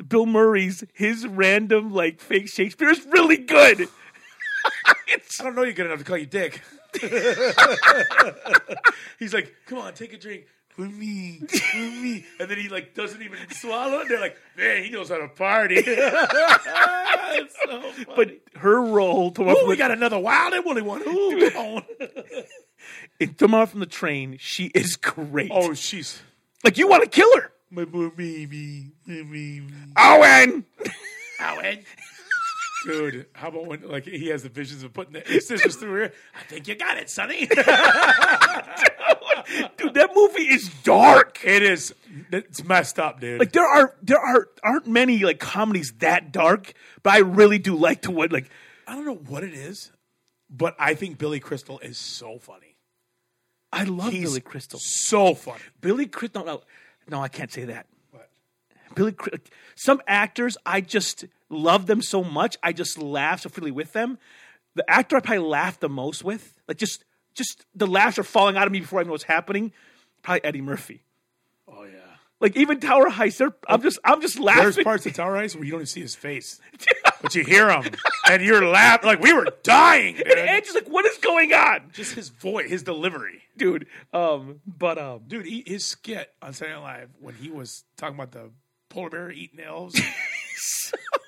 Speaker 1: Bill Murray's his random like fake Shakespeare is really good. It's-
Speaker 3: I don't know you good enough to call you Dick. He's like, come on, take a drink. For me, for me. And then he like doesn't even swallow it. They're like, man, he knows how to party. It's so funny.
Speaker 1: but her role to
Speaker 3: Ooh, we got another wild and woolly one. Ooh, come on.
Speaker 1: in Tomorrow from the Train, she is great.
Speaker 3: Oh, she's
Speaker 1: Like, you want to kill her.
Speaker 3: my poor baby, my baby.
Speaker 1: Owen!
Speaker 3: Owen. Dude, how about when like he has the visions of putting the his sisters through here? I think you got it, Sonny.
Speaker 1: Dude, that movie is dark.
Speaker 3: it is. It's messed up, dude.
Speaker 1: Like there are there are aren't many like comedies that dark, but I really do like to what like
Speaker 3: I don't know what it is, but I think Billy Crystal is so funny.
Speaker 1: I love
Speaker 3: He's
Speaker 1: Billy Crystal.
Speaker 3: So funny.
Speaker 1: Billy Crystal. No, no, I can't say that.
Speaker 3: What?
Speaker 1: Billy, Cri- some actors I just love them so much. I just laugh so freely with them. The actor I probably laugh the most with, like just just the laughs are falling out of me before I know what's happening. Probably Eddie Murphy.
Speaker 3: Oh yeah.
Speaker 1: Like even Tower Heist, they're- I'm just I'm just
Speaker 3: There's
Speaker 1: laughing.
Speaker 3: parts of Tower Ice where you don't even see his face, but you hear him, and you're laughing like we were dying, dude.
Speaker 1: Edge is like, what is going on,
Speaker 3: Just his voice, his delivery,
Speaker 1: dude? Um, but um,
Speaker 3: dude. He, his skit on Saturday Night Live when he was talking about the polar bear eating elves.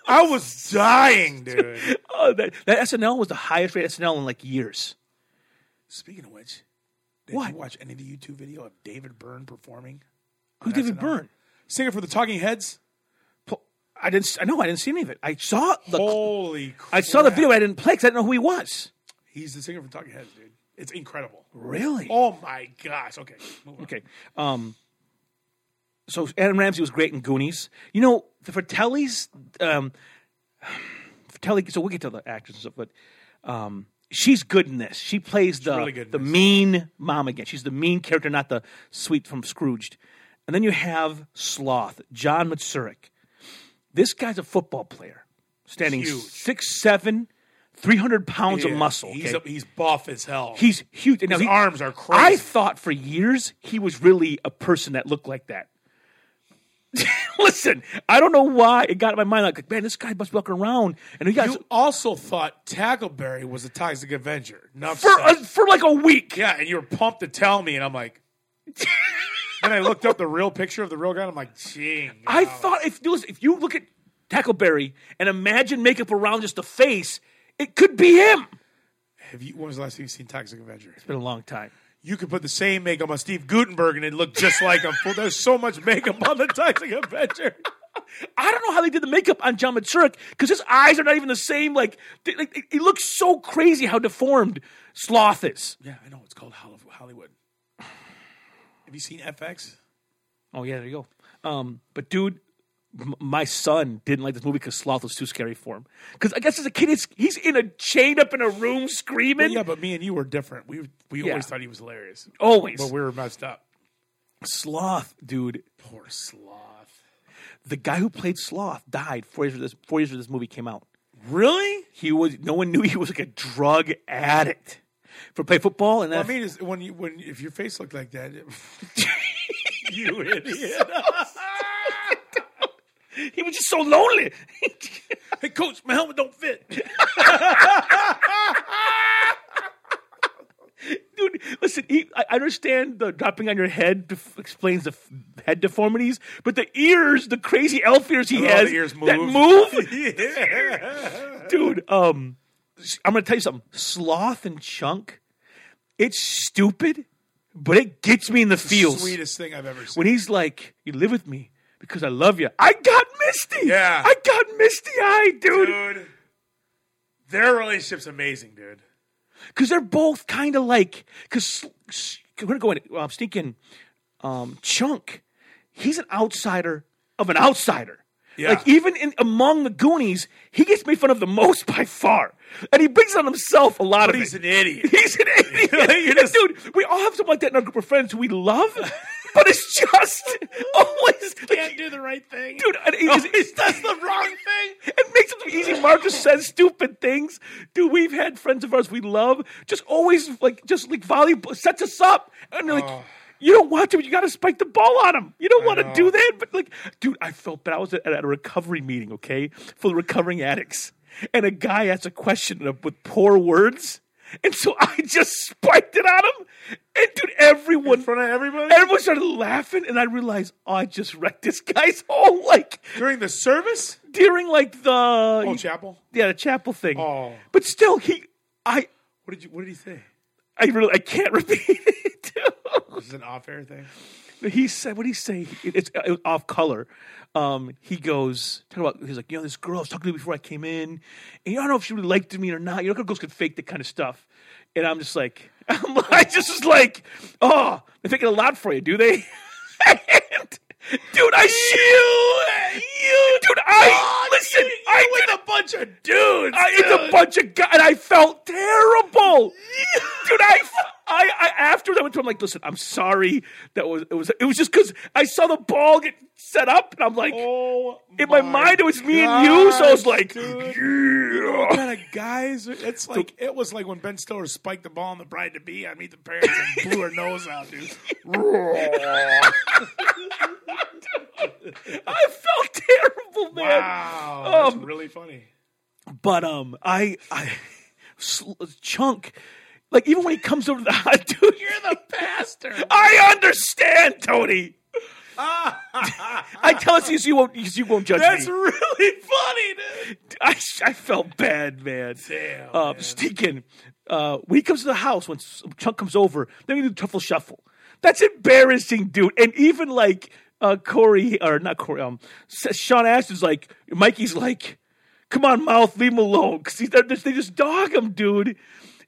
Speaker 3: I was dying, dude.
Speaker 1: oh, that, that SNL was the highest rated SNL in like years.
Speaker 3: Speaking of which, did
Speaker 1: What?
Speaker 3: you watch any of the YouTube video of David Byrne performing?
Speaker 1: Who
Speaker 3: on
Speaker 1: David
Speaker 3: SNL?
Speaker 1: Byrne?
Speaker 3: singer for the Talking Heads.
Speaker 1: Po- I didn't. s- I know. I didn't see any of it. I saw the.
Speaker 3: Holy crap.
Speaker 1: I saw the video. But I didn't play because I didn't know who he was.
Speaker 3: He's the singer for Talking Heads, dude. It's incredible.
Speaker 1: Really?
Speaker 3: Oh my gosh. Okay. Move on.
Speaker 1: Okay. Um, so Adam Ramsey was great in Goonies. You know the Fratellis. Um, Fratelli. So we'll get to the actors and stuff, but um, she's good in this. She plays the
Speaker 3: really good in
Speaker 1: the
Speaker 3: this.
Speaker 1: mean mom again. She's the mean character, not the sweet from Scrooged. And then you have Sloth, John Matsurik. This guy's a football player, standing
Speaker 3: Huge.
Speaker 1: six seven, three hundred pounds
Speaker 3: Yeah.
Speaker 1: of muscle.
Speaker 3: He's,
Speaker 1: okay?
Speaker 3: a- he's buff as hell.
Speaker 1: He's huge. And
Speaker 3: His
Speaker 1: now he-
Speaker 3: arms are
Speaker 1: I
Speaker 3: crazy.
Speaker 1: thought for years he was really a person that looked like that. Listen, I don't know why it got in my mind. Like, man, this guy must be walking around, and he got
Speaker 3: you also thought Tackleberry was a Toxic Avenger. Enough
Speaker 1: for
Speaker 3: said.
Speaker 1: a, for like a week.
Speaker 3: yeah, and you were pumped to tell me, and I'm like. then I looked up the real picture of the real guy. And I'm like, gee.
Speaker 1: I
Speaker 3: no."
Speaker 1: thought if you if you look at Tackleberry and imagine makeup around just the face, it could be him.
Speaker 3: Have you? When was the last time you seen Toxic Avenger?
Speaker 1: It's been a long time.
Speaker 3: You could put the same makeup on Steve Gutenberg, and it looked just like him. There's so much makeup on the Toxic Avenger.
Speaker 1: I don't know how they did the makeup on John Matsurik because his eyes are not even the same. Like, they, like it- it looks so crazy how deformed Sloth is.
Speaker 3: Yeah, I know. It's called Holly- Hollywood. Have you seen FX?
Speaker 1: Oh yeah, there you go. Um, but dude, m- my son didn't like this movie because Sloth was too scary for him. Because I guess as a kid, it's, he's in a chained up in a room screaming.
Speaker 3: yeah, but me and you were different. We we
Speaker 1: Yeah.
Speaker 3: always thought he was hilarious,
Speaker 1: Always
Speaker 3: but we were messed up.
Speaker 1: Sloth, dude.
Speaker 3: Poor sloth.
Speaker 1: The guy who played Sloth died four years after this, four years after this movie came out.
Speaker 3: Really?
Speaker 1: He was no one knew he was like a drug addict for play football and
Speaker 3: I
Speaker 1: then
Speaker 3: mean, is, when you when if your face looked like that, it- you idiot.
Speaker 1: he was just so lonely.
Speaker 3: hey, coach, my helmet don't fit.
Speaker 1: Dude, listen. He, I I understand the dropping on your head def- explains the f- head deformities, but the ears, the crazy elf ears he
Speaker 3: Well,
Speaker 1: has,
Speaker 3: Oh, the ears
Speaker 1: that
Speaker 3: move.
Speaker 1: move,
Speaker 3: yeah.
Speaker 1: dude. Um, s- I'm gonna tell you something. Sloth and chunk, it's stupid, but it gets me in the feels
Speaker 3: Sweetest thing I've ever seen.
Speaker 1: when he's like, "You live with me because I love you." I got misty.
Speaker 3: Yeah.
Speaker 1: I got misty eyed, dude.
Speaker 3: dude, their relationship's amazing, dude.
Speaker 1: Because they're both kind of like because we're gonna go in. Well, I'm thinking, um, Chunk. He's an outsider of an outsider.
Speaker 3: Yeah.
Speaker 1: Like even in among the Goonies, he gets made fun of the most by far, and he brings it on himself a lot
Speaker 3: But
Speaker 1: of
Speaker 3: he's
Speaker 1: it.
Speaker 3: an idiot.
Speaker 1: He's an
Speaker 3: You
Speaker 1: idiot.
Speaker 3: just-
Speaker 1: Dude, we all have someone like that in our group of friends who we love, but it's just always
Speaker 3: Can't do the right thing,
Speaker 1: dude. And it,
Speaker 3: Always
Speaker 1: it's-
Speaker 3: does the wrong thing.
Speaker 1: it makes it so easy. Mark just says stupid things. Dude, we've had friends of ours we love just always like just like volleyball sets us up, and they're like.
Speaker 3: Oh.
Speaker 1: You don't want to, but you got to spike the ball on them. You don't want to
Speaker 3: know.
Speaker 1: do that, but like, dude, I felt bad. I was at at a recovery meeting, okay, for the recovering addicts, and a guy asked a question of- with poor words, and so I just spiked it on him, and dude, everyone
Speaker 3: In front of everybody
Speaker 1: Everyone started laughing, and I realized oh, I just wrecked this guy's whole like
Speaker 3: during the service.
Speaker 1: during like the
Speaker 3: Oh, chapel.
Speaker 1: yeah the chapel thing.
Speaker 3: Oh.
Speaker 1: But still, he I
Speaker 3: What did you? What did he say?
Speaker 1: I really I can't repeat it.
Speaker 3: This is an off air thing.
Speaker 1: he said, "What did he say?" It, it's it was off color. Um, he goes, talk about. He's like, you know, this girl I was talking to me before I came in, and I don't know if she really liked me or not. You know, girls can fake that kind of stuff. And I'm just like, I'm like, I just was like, oh, they fake it a lot for you, do they? And, dude, I you, you, dude, I listen, I did
Speaker 3: a bunch of dudes.
Speaker 1: I, it's a bunch of guys, and I felt terrible, dude. I, f- I, I afterwards I went to him like, listen, I'm sorry. That was it was it was just because I saw the ball get set up, and I'm like,
Speaker 3: Oh,
Speaker 1: in my, mind, it was me and you, so I was
Speaker 3: gosh,
Speaker 1: like,
Speaker 3: dude.
Speaker 1: yeah.
Speaker 3: kind of guys. It's like it was like when Ben Stiller spiked the ball on the bride to be. I meet the parents and blew her nose out, dude.
Speaker 1: I felt terrible, man.
Speaker 3: Wow, that's
Speaker 1: Um,
Speaker 3: really funny.
Speaker 1: But um, I, I sl- chunk, like even when he comes over to the dude,
Speaker 3: You're the pastor.
Speaker 1: I understand, Tony. I tell us you won't, you won't judge
Speaker 3: that's
Speaker 1: me.
Speaker 3: really funny, dude.
Speaker 1: I, I felt bad, man.
Speaker 3: Damn,
Speaker 1: Uh,
Speaker 3: man.
Speaker 1: Steakin, uh, when he comes to the house, when S- Chunk comes over, then we do the truffle shuffle. That's embarrassing, dude. And even like uh, Corey, or not Corey, um, S- Sean Ashton's like, Mikey's like, come on, mouth, leave him alone. Because they just dog him, dude.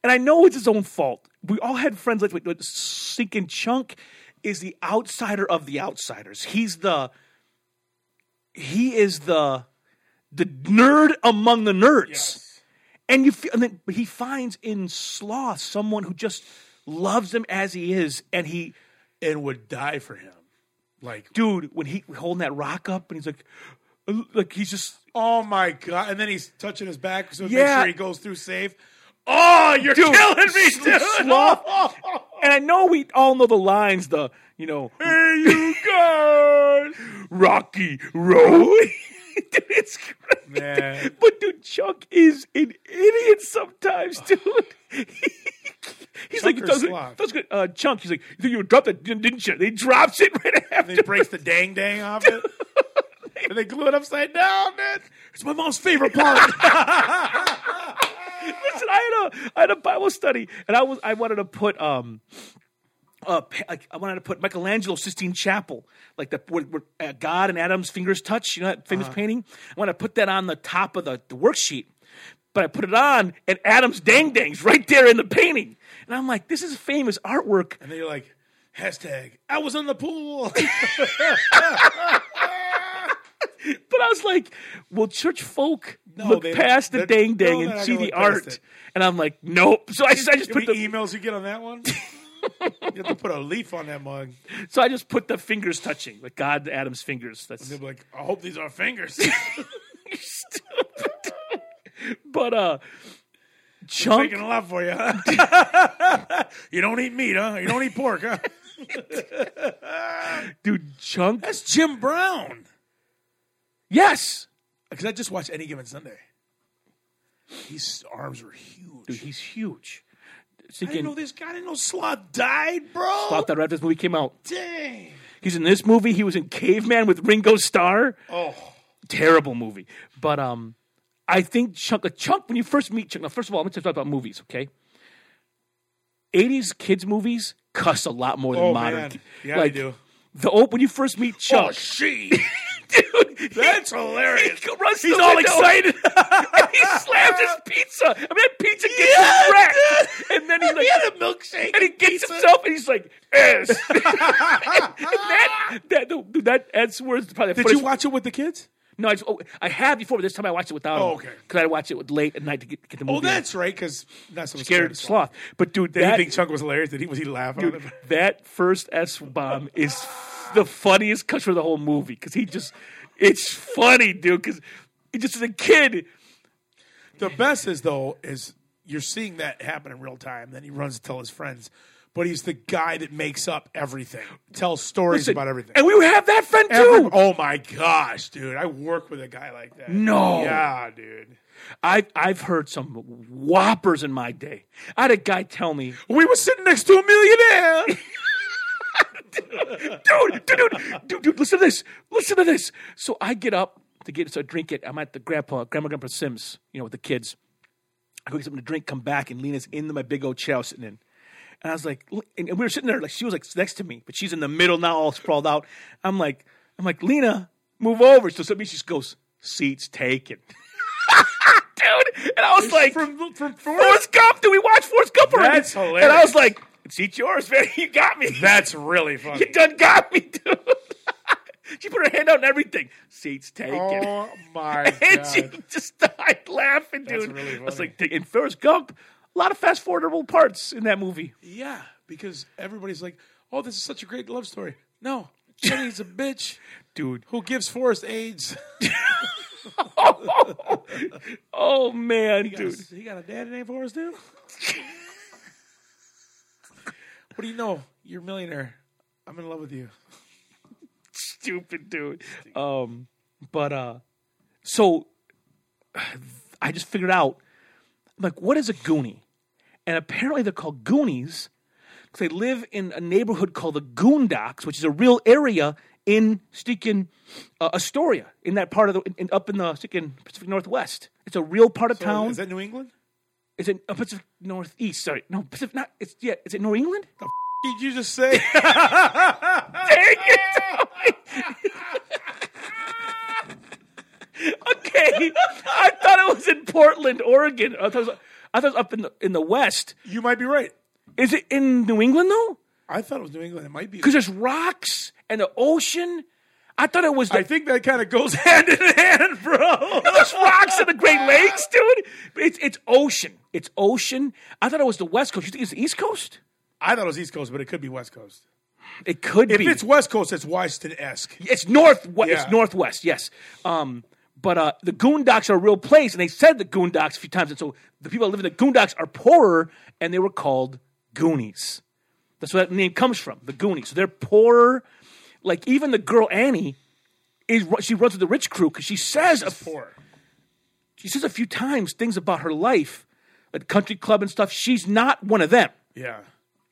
Speaker 1: And I know it's his own fault. We all had friends like, like Stinkin' Chunk is the outsider of the outsiders. He's the, he is the, the nerd among the nerds.
Speaker 3: Yes.
Speaker 1: And you feel, and then he finds in Sloth someone who just loves him as he is. And he,
Speaker 3: And would die for him, like.
Speaker 1: dude, when he holding that rock up, and he's like, like he's just,
Speaker 3: Oh my god! And then he's touching his back, so make
Speaker 1: Yeah.
Speaker 3: sure he goes through safe. Oh, you're
Speaker 1: Dude,
Speaker 3: killing me,
Speaker 1: sl-
Speaker 3: dude.
Speaker 1: sloth. and I know we all know the lines, the you know,
Speaker 3: Here you go.
Speaker 1: Rocky Road. dude, it's great.
Speaker 3: Man.
Speaker 1: But dude, Chuck is an idiot sometimes, dude. He's like,
Speaker 3: Chuck or
Speaker 1: does it,
Speaker 3: Sloth?
Speaker 1: does it, uh, Chunk. He's like, you think you dropped that, didn't you? They drops it right after.
Speaker 3: And he breaks the dang dang off it. and they glue it upside down, man. It's my mom's favorite part.
Speaker 1: Listen, I had a I had a Bible study, and I was I wanted to put um. Uh, pa- like, I wanted to put Michelangelo's Sistine Chapel, like the where, where, uh, God and Adam's fingers touch. You know that
Speaker 3: Uh-huh.
Speaker 1: famous painting. I want to put that on the top of the, the worksheet, but I put it on, and Adam's dang dangs right there in the painting, and I'm like, this is famous artwork.
Speaker 3: and then you're like, hashtag, I was in the pool.
Speaker 1: But I was like, will church folk
Speaker 3: No,
Speaker 1: look
Speaker 3: they don't-
Speaker 1: past the
Speaker 3: they're-
Speaker 1: dang dang
Speaker 3: no, they're
Speaker 1: and
Speaker 3: not
Speaker 1: see
Speaker 3: gonna
Speaker 1: the
Speaker 3: look past
Speaker 1: art?
Speaker 3: it.
Speaker 1: And I'm like, nope. So I just I just
Speaker 3: Any
Speaker 1: put the
Speaker 3: emails you get on that one? You have to put a leaf on that mug.
Speaker 1: so I just put the fingers touching, like God Adam's fingers. That's
Speaker 3: They'll be like, I hope these are fingers.
Speaker 1: But uh Chunk
Speaker 3: Making love for you. huh? you don't eat meat, huh? You don't eat pork, huh?
Speaker 1: dude Chunk
Speaker 3: That's Jim Brown.
Speaker 1: Yes.
Speaker 3: Because I just watched Any Given Sunday. His arms were huge.
Speaker 1: Dude, he's huge.
Speaker 3: I didn't know
Speaker 1: Thinking
Speaker 3: this guy. I didn't know Sloth died, bro.
Speaker 1: thought that right after this movie came out.
Speaker 3: Dang.
Speaker 1: He's in this movie, he was in Caveman with Ringo Starr.
Speaker 3: Oh,
Speaker 1: Terrible movie. But um I think Chunk a Chunk when you first meet Chunk now first of all, I'm gonna talk about movies, okay? 80s kids movies cuss a lot more than
Speaker 3: oh
Speaker 1: modern.
Speaker 3: man.
Speaker 1: ki-
Speaker 3: Yeah,
Speaker 1: like, oh,
Speaker 3: they do. Oh,
Speaker 1: The op- when you first meet Chunk,
Speaker 3: she.
Speaker 1: dude,
Speaker 3: That's hilarious.
Speaker 1: He runs to
Speaker 3: He's
Speaker 1: the
Speaker 3: all
Speaker 1: window.
Speaker 3: excited.
Speaker 1: And he slams his pizza. I mean, that pizza gets
Speaker 3: Yeah,
Speaker 1: wrecked. And then he's like,
Speaker 3: he had a milkshake.
Speaker 1: and he gets himself, and he's like, "Yes." and that, that, dude, that, that's where it's probably. The
Speaker 3: Did you watch it with the kids?
Speaker 1: No, I, just, oh, I have before, but this time I watched it without.
Speaker 3: Oh, okay.
Speaker 1: Because I watch it with- late at night to get, get the movie.
Speaker 3: Oh, that's right. Because that's what
Speaker 1: scared
Speaker 3: scared Sloth.
Speaker 1: sloth. But dude,
Speaker 3: Did
Speaker 1: that
Speaker 3: he think Chunk was hilarious? Did he was he laughing?
Speaker 1: dude,
Speaker 3: at it?
Speaker 1: that first S bomb is the funniest cuss for the whole movie because he just, it's funny, dude. Because he just as a kid,
Speaker 3: The best is though is you're seeing that happen in real time. Then he runs to tell his friends, but he's the guy that makes up everything, tells stories
Speaker 1: Listen,
Speaker 3: about everything.
Speaker 1: And we would have that friend too.
Speaker 3: Every- oh my gosh, dude! I work with a guy like that.
Speaker 1: No.
Speaker 3: yeah, dude.
Speaker 1: I've I've heard some whoppers in my day. I had a guy tell me,
Speaker 3: We were sitting next to a millionaire.
Speaker 1: dude, dude, dude, dude, dude, listen to this. Listen to this. So I get up to get so I drink it. I'm at the grandpa, grandma, grandpa Sims, you know, with the kids. I go get something to drink, come back, and Lena's in my big old chair I was sitting in. And I was like, look, and and we were sitting there, like she was like next to me, but she's in the middle now, all sprawled out. I'm like, I'm like, Lena, move over. So somebody just goes, seats taken. Dude. And I was like,
Speaker 3: from from fourth.
Speaker 1: Forrest Gump. Did we watch Forrest Gump already?
Speaker 3: That's hilarious.
Speaker 1: And I was like, seat yours, man. You got me.
Speaker 3: That's really funny.
Speaker 1: you done got me, dude. she put her hand out and everything. Seats taken.
Speaker 3: Oh my
Speaker 1: and she
Speaker 3: god!
Speaker 1: just died laughing, dude.
Speaker 3: That's really
Speaker 1: I was
Speaker 3: funny.
Speaker 1: like, in Forrest Gump, a lot of fast forwardable parts in that movie.
Speaker 3: Yeah, because everybody's like, "Oh, this is such a great love story." No, Jenny's a bitch
Speaker 1: Dude.
Speaker 3: who gives Forrest AIDS.
Speaker 1: Oh, man, dude.
Speaker 3: he got a daddy named Forrest, dude. what do you know? You're a millionaire. I'm in love with you.
Speaker 1: Stupid dude. Um, but uh, so I just figured out, I'm like, what is a Goonie? And apparently they're called Goonies because they live in a neighborhood called the Goondocks, which is a real area in Stinkin' uh, Astoria, in that part of the, in, in- up in the Stinkin' Pacific Northwest. It's a real part of town.
Speaker 3: Is that New England?
Speaker 1: it's in uh, Pacific Northeast. Sorry, no, Pacific. Not. It's yeah. Is it New England?
Speaker 3: Did you just say?
Speaker 1: Dang it, Tony. okay, I thought it was in Portland, Oregon. I thought it was, I thought it was up in the in the West.
Speaker 3: you might be right.
Speaker 1: Is it in New England though?
Speaker 3: I thought it was New England. It might be.
Speaker 1: Because there's rocks and the ocean. I thought it was the,
Speaker 3: I think that kind of goes hand in hand, bro.
Speaker 1: there's rocks in the Great Lakes, dude. It's it's ocean. It's ocean. I thought it was the West Coast. You think it's the East Coast?
Speaker 3: I thought it was East Coast, but it could be West Coast.
Speaker 1: It could
Speaker 3: If
Speaker 1: be.
Speaker 3: it's West Coast, it's Washington esque.
Speaker 1: It's north. It's
Speaker 3: Yeah.
Speaker 1: northwest. Yes. Um, but uh, the Goondocks are a real place, and they said the Goondocks a few times, and so the people that live in the Goondocks are poorer, and they were called Goonies. That's where that name comes from, the Goonies. So they're poorer. Like even the girl Annie is ru- she runs with the rich crew because she says a,
Speaker 3: Four.
Speaker 1: she says a few times things about her life at country club and stuff. She's not one of them.
Speaker 3: Yeah.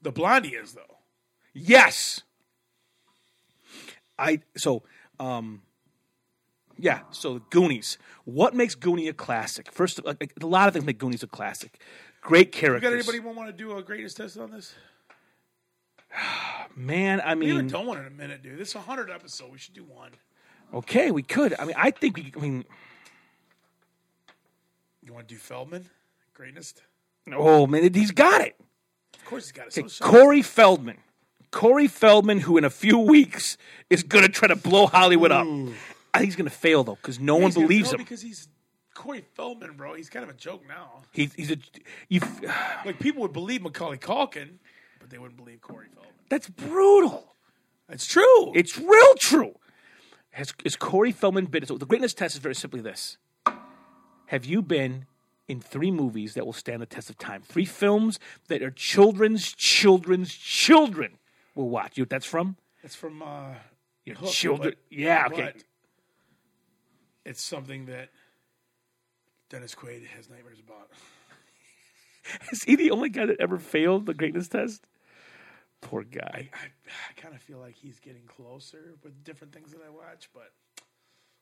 Speaker 3: The Blondie is though.
Speaker 1: Yes. I so um yeah, so Goonies. What makes Goonie a classic? First of like, a lot of things make Goonies a classic. Great
Speaker 3: You got
Speaker 1: characters.
Speaker 3: anybody want to do a greatest test on this?
Speaker 1: Man, I
Speaker 3: We haven't
Speaker 1: mean
Speaker 3: done one in a minute, dude. This is a hundred episode. We should do one.
Speaker 1: okay, we could. I mean, I think we I mean
Speaker 3: You want to do Feldman? Greatest?
Speaker 1: oh man, he's got it.
Speaker 3: Of course, he's got it. So
Speaker 1: Corey Feldman. Corey Feldman, who in a few weeks is gonna try to blow Hollywood up. I think he's gonna fail though, because no one believes him.
Speaker 3: because he's Corey Feldman, bro. He's kind of a joke now.
Speaker 1: He's, he's a you
Speaker 3: Like people would believe Macaulay Culkin, but they wouldn't believe Corey Feldman.
Speaker 1: that's brutal.
Speaker 3: It's true.
Speaker 1: It's real true. Has, is Corey Feldman been? So the greatness test is very simply this: Have you been in three movies that will stand the test of time? Three films that are children's children's children will watch. You know what that's from?
Speaker 3: it's from uh,
Speaker 1: Your
Speaker 3: Hook,
Speaker 1: children.
Speaker 3: but-
Speaker 1: yeah. Okay.
Speaker 3: but it's something that Dennis Quaid has nightmares about.
Speaker 1: Is he the only guy that ever failed the greatness test? Poor guy.
Speaker 3: I, I kind of feel like he's getting closer with different things that I watch, but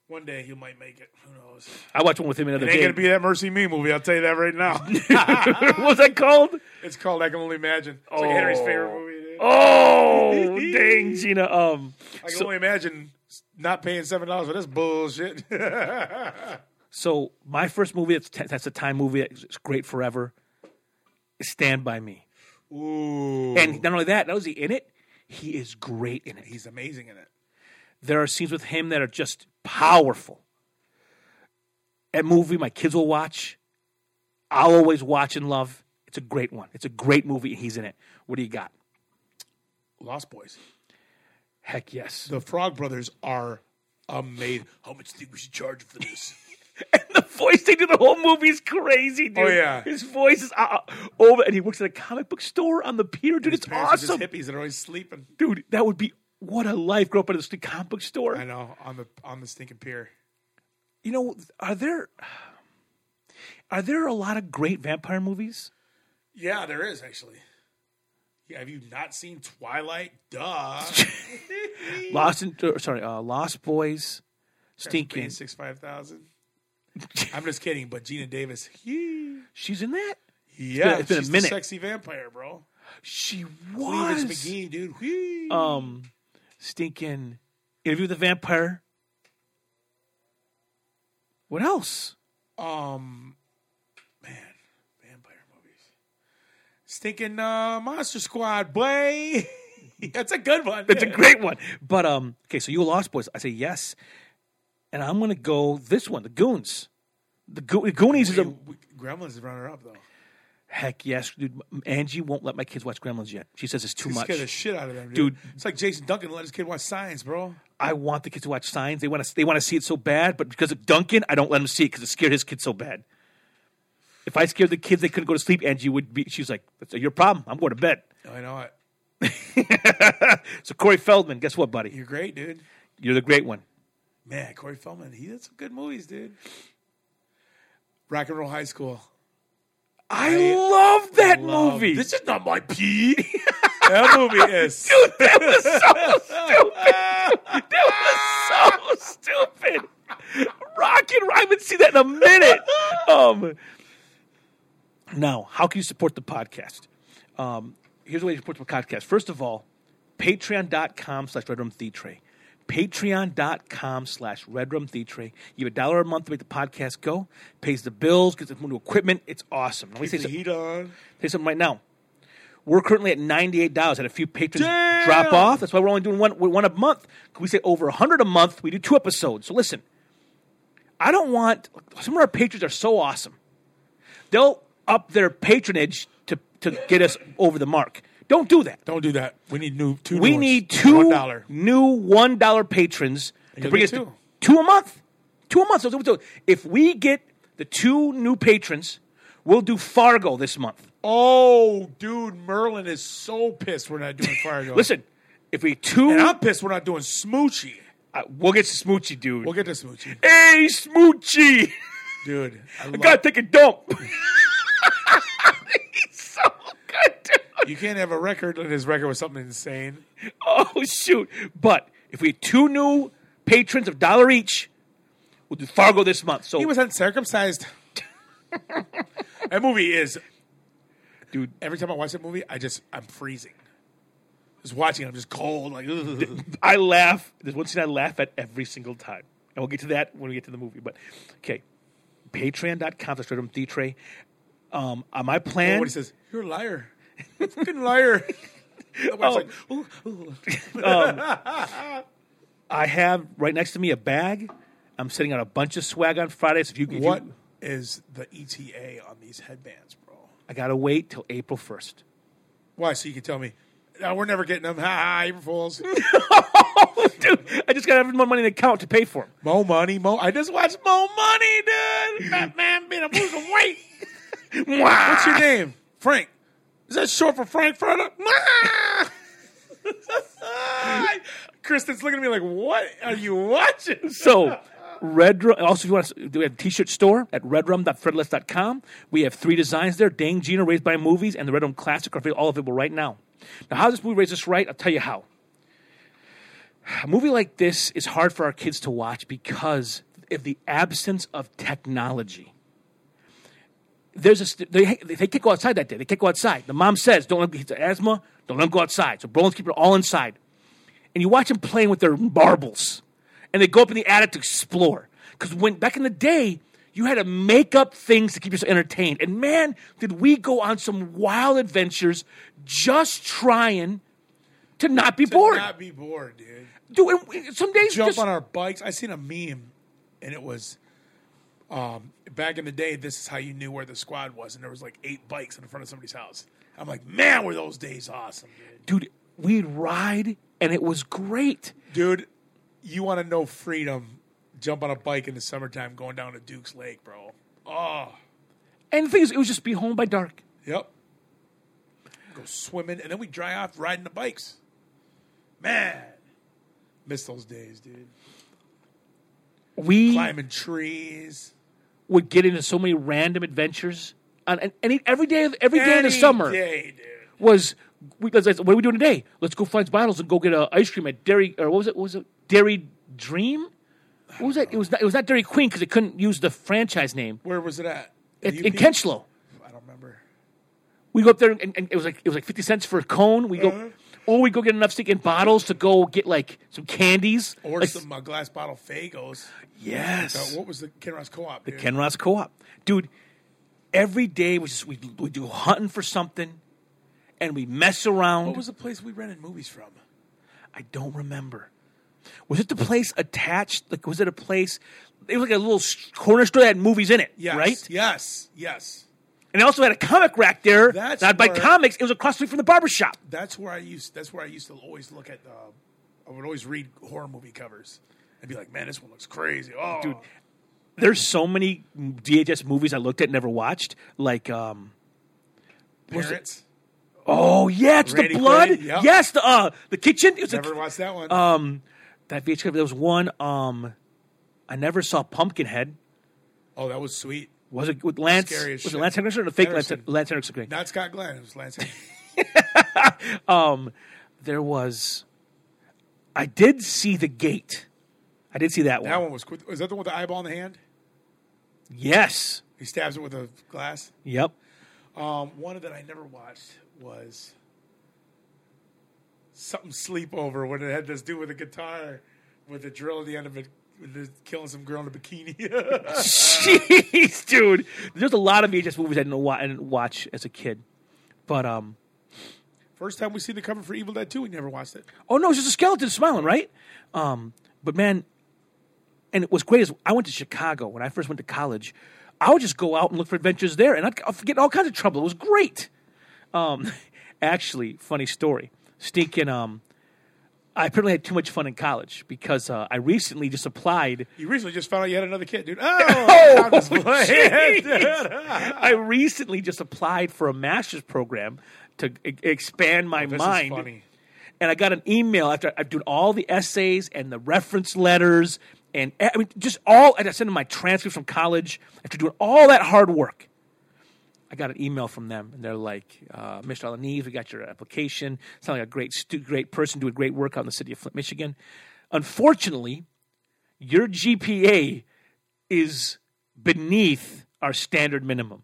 Speaker 3: one day he might make it. Who knows?
Speaker 1: I watched one with him another
Speaker 3: It ain't
Speaker 1: day.
Speaker 3: gonna be that Mercy Me movie. I'll tell you that right now.
Speaker 1: what was that called?
Speaker 3: it's called I Can Only Imagine. It's like Henry's favorite movie. Dude.
Speaker 1: Oh, dang, Gina. Um,
Speaker 3: I can only imagine not paying seven dollars for this bullshit.
Speaker 1: So my first movie that's, that's a time movie that's great forever. is Stand by Me,
Speaker 3: Ooh,
Speaker 1: and not only that, not only is he in it, he is great in it.
Speaker 3: he's amazing in it.
Speaker 1: There are scenes with him that are just powerful. That movie my kids will watch. I'll always watch and love. It's a great one. It's a great movie. He's in it. What do you got?
Speaker 3: Lost Boys.
Speaker 1: Heck yes.
Speaker 3: The Frog Brothers are amazing. How much do you think we should charge for this?
Speaker 1: the voice they do the whole movie is crazy, dude.
Speaker 3: Oh, yeah.
Speaker 1: His voice is uh, uh, over, and he works at a comic book store on the pier, dude. It's
Speaker 3: Parents are
Speaker 1: awesome.
Speaker 3: Just hippies that are always sleeping.
Speaker 1: dude, that would be what a life. Grow up in a st- comic book
Speaker 3: I
Speaker 1: store.
Speaker 3: know on the on the stinking pier.
Speaker 1: You know, are there are there a lot of great vampire movies?
Speaker 3: Yeah, there is actually. Yeah, have you not seen Twilight? Duh.
Speaker 1: Lost in, or, sorry, uh, Lost Boys, Stinking.
Speaker 3: six five thousand. I'm just kidding, but Gina Davis.
Speaker 1: She's in that.
Speaker 3: Yeah,
Speaker 1: it's been a
Speaker 3: she's the
Speaker 1: minute.
Speaker 3: sexy vampire, bro.
Speaker 1: She was
Speaker 3: Cletus McGee, dude. Whee.
Speaker 1: um stinking interview with the vampire. What else?
Speaker 3: Um, man, vampire movies. Stinking uh, Monster Squad, boy. That's a good one.
Speaker 1: It's a great one. But um, okay, so you a Lost Boys? I say yes, and I'm gonna go this one, the Goons. The, Go- the Goonies is a
Speaker 3: Gremlins is runner up though.
Speaker 1: heck yes, dude. Angie won't let my kids watch Gremlins yet. She says it's too
Speaker 3: He
Speaker 1: much.
Speaker 3: scared the shit out of them, dude.
Speaker 1: Dude.
Speaker 3: It's like Jason Duncan let his kid watch Science, bro.
Speaker 1: I want the kids to watch Signs. They want to they want to see it so bad, but because of Duncan, I don't let him see it because it scared his kids so bad. If I scared the kids, they couldn't go to sleep. Angie would be. She's like, "That's your problem. I'm going to bed."
Speaker 3: I know it.
Speaker 1: So Corey Feldman, guess what, buddy?
Speaker 3: You're great, dude.
Speaker 1: You're the great one.
Speaker 3: Man, Corey Feldman, he did some good movies, dude. Rock and Roll High School.
Speaker 1: I, love that
Speaker 3: Love-
Speaker 1: movie.
Speaker 3: This is not my pee. that movie is.
Speaker 1: That was so stupid. Rock and I haven't seen that in a minute. Um, now, how can you support the podcast? Um, here's a way to support the podcast. First of all, patreon.com slash Red Room Thetray. Patreon.com slash Red Room Thetray. You have a dollar a month to make the podcast go, pays the bills, gets the new equipment. It's awesome. Let me say
Speaker 3: Keep the
Speaker 1: something,
Speaker 3: heat on.
Speaker 1: say something right now. We're currently at ninety-eight dollars. Had a few patrons
Speaker 3: Damn!
Speaker 1: drop off. That's why we're only doing one one a month. Could we say over hundred a month? We do two episodes. So listen, I don't want some of our patrons are so awesome. They'll up their patronage to to get us over the mark. Don't do that.
Speaker 3: Don't do that. We need new two.
Speaker 1: We
Speaker 3: new ones.
Speaker 1: need two
Speaker 3: One dollar.
Speaker 1: new one dollar patrons to
Speaker 3: you'll
Speaker 1: bring
Speaker 3: get
Speaker 1: us to
Speaker 3: two.
Speaker 1: two a month. Two a month. So- so- so if we get the two new patrons, we'll do Fargo this month.
Speaker 3: Oh, dude, Merlin is so pissed we're not doing Fargo.
Speaker 1: Listen, if we two,
Speaker 3: and I'm pissed we're not doing Smoochie.
Speaker 1: I- we'll get to Smoochie, dude.
Speaker 3: We'll get to Smoochie,
Speaker 1: hey, Smoochie,
Speaker 3: dude. I
Speaker 1: I
Speaker 3: love,
Speaker 1: gotta take a dump. He's so good, dude.
Speaker 3: you can't have a record and his record was something insane.
Speaker 1: Oh shoot! But if we had two new patrons of dollar each, we'll do Fargo this month. So
Speaker 3: He was uncircumcised. that movie is, dude. Every time I watch that movie, I just I'm freezing. Just watching, it, I'm just cold. Like ugh.
Speaker 1: I laugh. There's one scene I laugh at every single time. And we'll get to that when we get to the movie. But okay, patreon.com slash Red Room Tray. Um, uh, my plan.
Speaker 3: Nobody says you're a liar. Fucking liar. The wife's
Speaker 1: Oh.
Speaker 3: like, ooh, ooh.
Speaker 1: I have right next to me a bag. I'm sitting on a bunch of swag on Fridays. If you if
Speaker 3: What
Speaker 1: you,
Speaker 3: is the ETA on these headbands, bro?
Speaker 1: I gotta wait till April first.
Speaker 3: Why? So you can tell me, no, we're never getting them. Ha, ha April Fools.
Speaker 1: Dude, I just gotta have more money in the account to pay for them.
Speaker 3: Mo money, mo. I just watched Mo money, dude. That man been losing weight. What's your name? Frank. Is that short for Frank Furter? Kristen's looking at me like, what are you watching?
Speaker 1: So, Red Rum. Also, if you want to, do we have a t-shirt store at redrum.threadless.com. We have three designs there: Dang Gina, Raised by Movies, and the Red Rum Classic are available- all available right now. Now, how does this movie raise us right? I'll tell you how. A movie like this is hard for our kids to watch because of the absence of technology. There's a st- they, they can't go outside that day. They can't go outside. The mom says, "Don't let him, he's got asthma. Don't let him go outside." So Brolin's keeping it all inside and you watch them playing with their marbles and they go up in the attic to explore because when back in the day you had to make up things to keep yourself entertained and man did we go on some wild adventures just trying to not be bored
Speaker 3: Not be bored, dude.
Speaker 1: Do and we- some days
Speaker 3: jump
Speaker 1: just,
Speaker 3: on our bikes. I seen a meme, and it was um, back in the day. This is how you knew where the squad was, and there was like eight bikes in front of somebody's house. I'm like, man, were those days awesome,
Speaker 1: dude we'd ride and it was great
Speaker 3: dude. Dude, you want to know freedom? Jump on a bike in the summertime, going down to Duke's Lake, bro. Oh,
Speaker 1: and the thing is it was just be home by dark
Speaker 3: yep. Go swimming, and then we dry off riding the bikes. Man, miss those days, dude.
Speaker 1: we
Speaker 3: Climbing trees.
Speaker 1: would get into so many random adventures on and, and every day of every day in the
Speaker 3: Any
Speaker 1: summer
Speaker 3: day, dude.
Speaker 1: was we, let's, let's- what are we doing today? Let's go find bottles and go get a ice cream at Dairy or what was it? What was it Dairy Dream? What was that? It was not, it was not Dairy Queen because it couldn't use the franchise name
Speaker 3: Where was it at?
Speaker 1: it,
Speaker 3: UP?
Speaker 1: in Kenchlow.
Speaker 3: I don't remember.
Speaker 1: We go up there and, and it was like it was like fifty cents for a cone. We go,
Speaker 3: Mm-hmm.
Speaker 1: or we go get enough stick in bottles to go get like some candies
Speaker 3: Or
Speaker 1: Like,
Speaker 3: some uh, glass bottle Fagos. Uh,
Speaker 1: Yes,
Speaker 3: what was the Kinross Co-op? dude?
Speaker 1: Ken Ross Co-op, dude. Every day we just we we do hunting for something, and we mess around.
Speaker 3: what was the place we rented movies from?
Speaker 1: I don't remember. Was it the place attached? Like, was it a place? It was like a little s- corner store that had movies in it,
Speaker 3: Yes,
Speaker 1: right?
Speaker 3: Yes, yes.
Speaker 1: And it also had a comic rack there.
Speaker 3: That's
Speaker 1: not by
Speaker 3: where-
Speaker 1: comics. It was across the street from the barber shop.
Speaker 3: That's where I used. That's where I used to always look at. Uh, I would always read horror movie covers and be like, "Man, this one looks crazy." Oh,
Speaker 1: Dude, There's so many DHS movies I looked at, and never watched. Like, um, was it-
Speaker 3: parents.
Speaker 1: oh yeah, it's
Speaker 3: Randy
Speaker 1: the blood.
Speaker 3: Quaid, yep.
Speaker 1: Yes, the uh, the kitchen. It was
Speaker 3: Never
Speaker 1: the,
Speaker 3: watched that one.
Speaker 1: um, that VHS. There was one. Um, I never saw Pumpkinhead.
Speaker 3: oh, that was sweet.
Speaker 1: Was it with Lance?
Speaker 3: Scary as
Speaker 1: Was it
Speaker 3: shit.
Speaker 1: Lance Henriksen or the fake Lance,
Speaker 3: Henriksen.
Speaker 1: Lance Henriksen?
Speaker 3: Not Scott Glenn. It was Lance. Henriksen.
Speaker 1: there was I did see the gate. I did see that one.
Speaker 3: that one was quick. Was that the one with the eyeball in the hand?
Speaker 1: Yes.
Speaker 3: He stabs it with a glass.
Speaker 1: Yep.
Speaker 3: Um, one that I never watched was something sleepover when it had this dude with a guitar with a drill at the end of it, with the- killing some girl in a bikini.
Speaker 1: Jeez, dude. There's a lot of VHS movies I didn't, wa- I didn't watch as a kid. But um
Speaker 3: First time we seen the cover for Evil Dead Two, we never watched it.
Speaker 1: oh no, it's just a skeleton smiling, right? Um but man and what's great is I went to Chicago when I first went to college. I would just go out and look for adventures there and I'd, I'd get in all kinds of trouble. It was great. Um actually, funny story. Stinking um I apparently had too much fun in college because uh, I recently just applied
Speaker 3: You recently just found out you had another kid, dude. Oh, I'm just playing.
Speaker 1: Jeez. I recently just applied for a master's program to e- expand my
Speaker 3: Oh, this is
Speaker 1: mind.
Speaker 3: funny.
Speaker 1: And I got an email after I did all the essays and the reference letters and e- I mean, just all. And I sent in my transcripts from college after doing all that hard work. I got an email from them, and they're like, uh, "Mr. Alaniz, we got your application. Sound like a great, stu- great person doing great work out in the city of Flint, Michigan. Unfortunately, your GPA is beneath our standard minimum.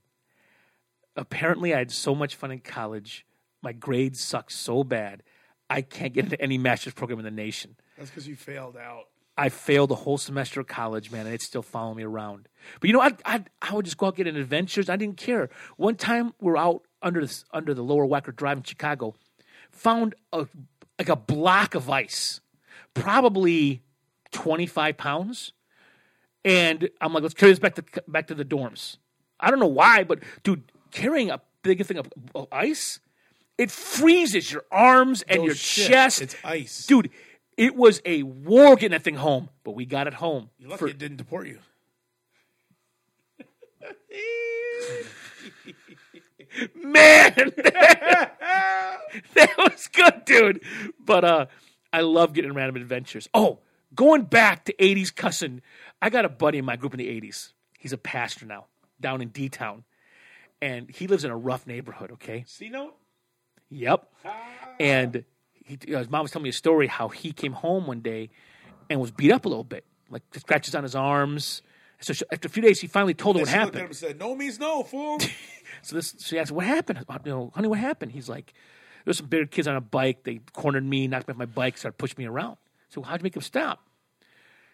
Speaker 1: Apparently, I had so much fun in college. My grades suck so bad. I can't get into any master's program in the nation.
Speaker 3: That's because you failed out.
Speaker 1: I failed a whole semester of college, man, and it's still following me around. But you know, I I I would just go out getting adventures. I didn't care. One time, we're out under this, under the Lower Wacker Drive in Chicago, found a like a block of ice, probably twenty five pounds, and I'm like, let's carry this back to back to the dorms. I don't know why, but dude, carrying a big thing of, of ice, it freezes your arms and
Speaker 3: Oh,
Speaker 1: your
Speaker 3: shit.
Speaker 1: chest
Speaker 3: It's ice.
Speaker 1: dude. It was a war getting that thing home, but we got it home.
Speaker 3: You're lucky
Speaker 1: for-
Speaker 3: it didn't deport you.
Speaker 1: man, that was good, dude. But uh, I love getting random adventures. Oh, going back to '80s cussing, I got a buddy in my group in the '80s. He's a pastor now down in D Town, and he lives in a rough neighborhood. Okay,
Speaker 3: See note.
Speaker 1: Yep. And he, you know, his mom was telling me a story how he came home one day and was beat up a little bit, like scratches on his arms. So she, after a few days, he finally told her what
Speaker 3: she looked at him
Speaker 1: happened.
Speaker 3: and said, "No means no, fool."
Speaker 1: So this, she asked, "What happened? You know, honey, what happened?" He's like, "There's some bigger kids on a bike. They cornered me, knocked me off my bike, started pushing me around." So how'd you make them stop?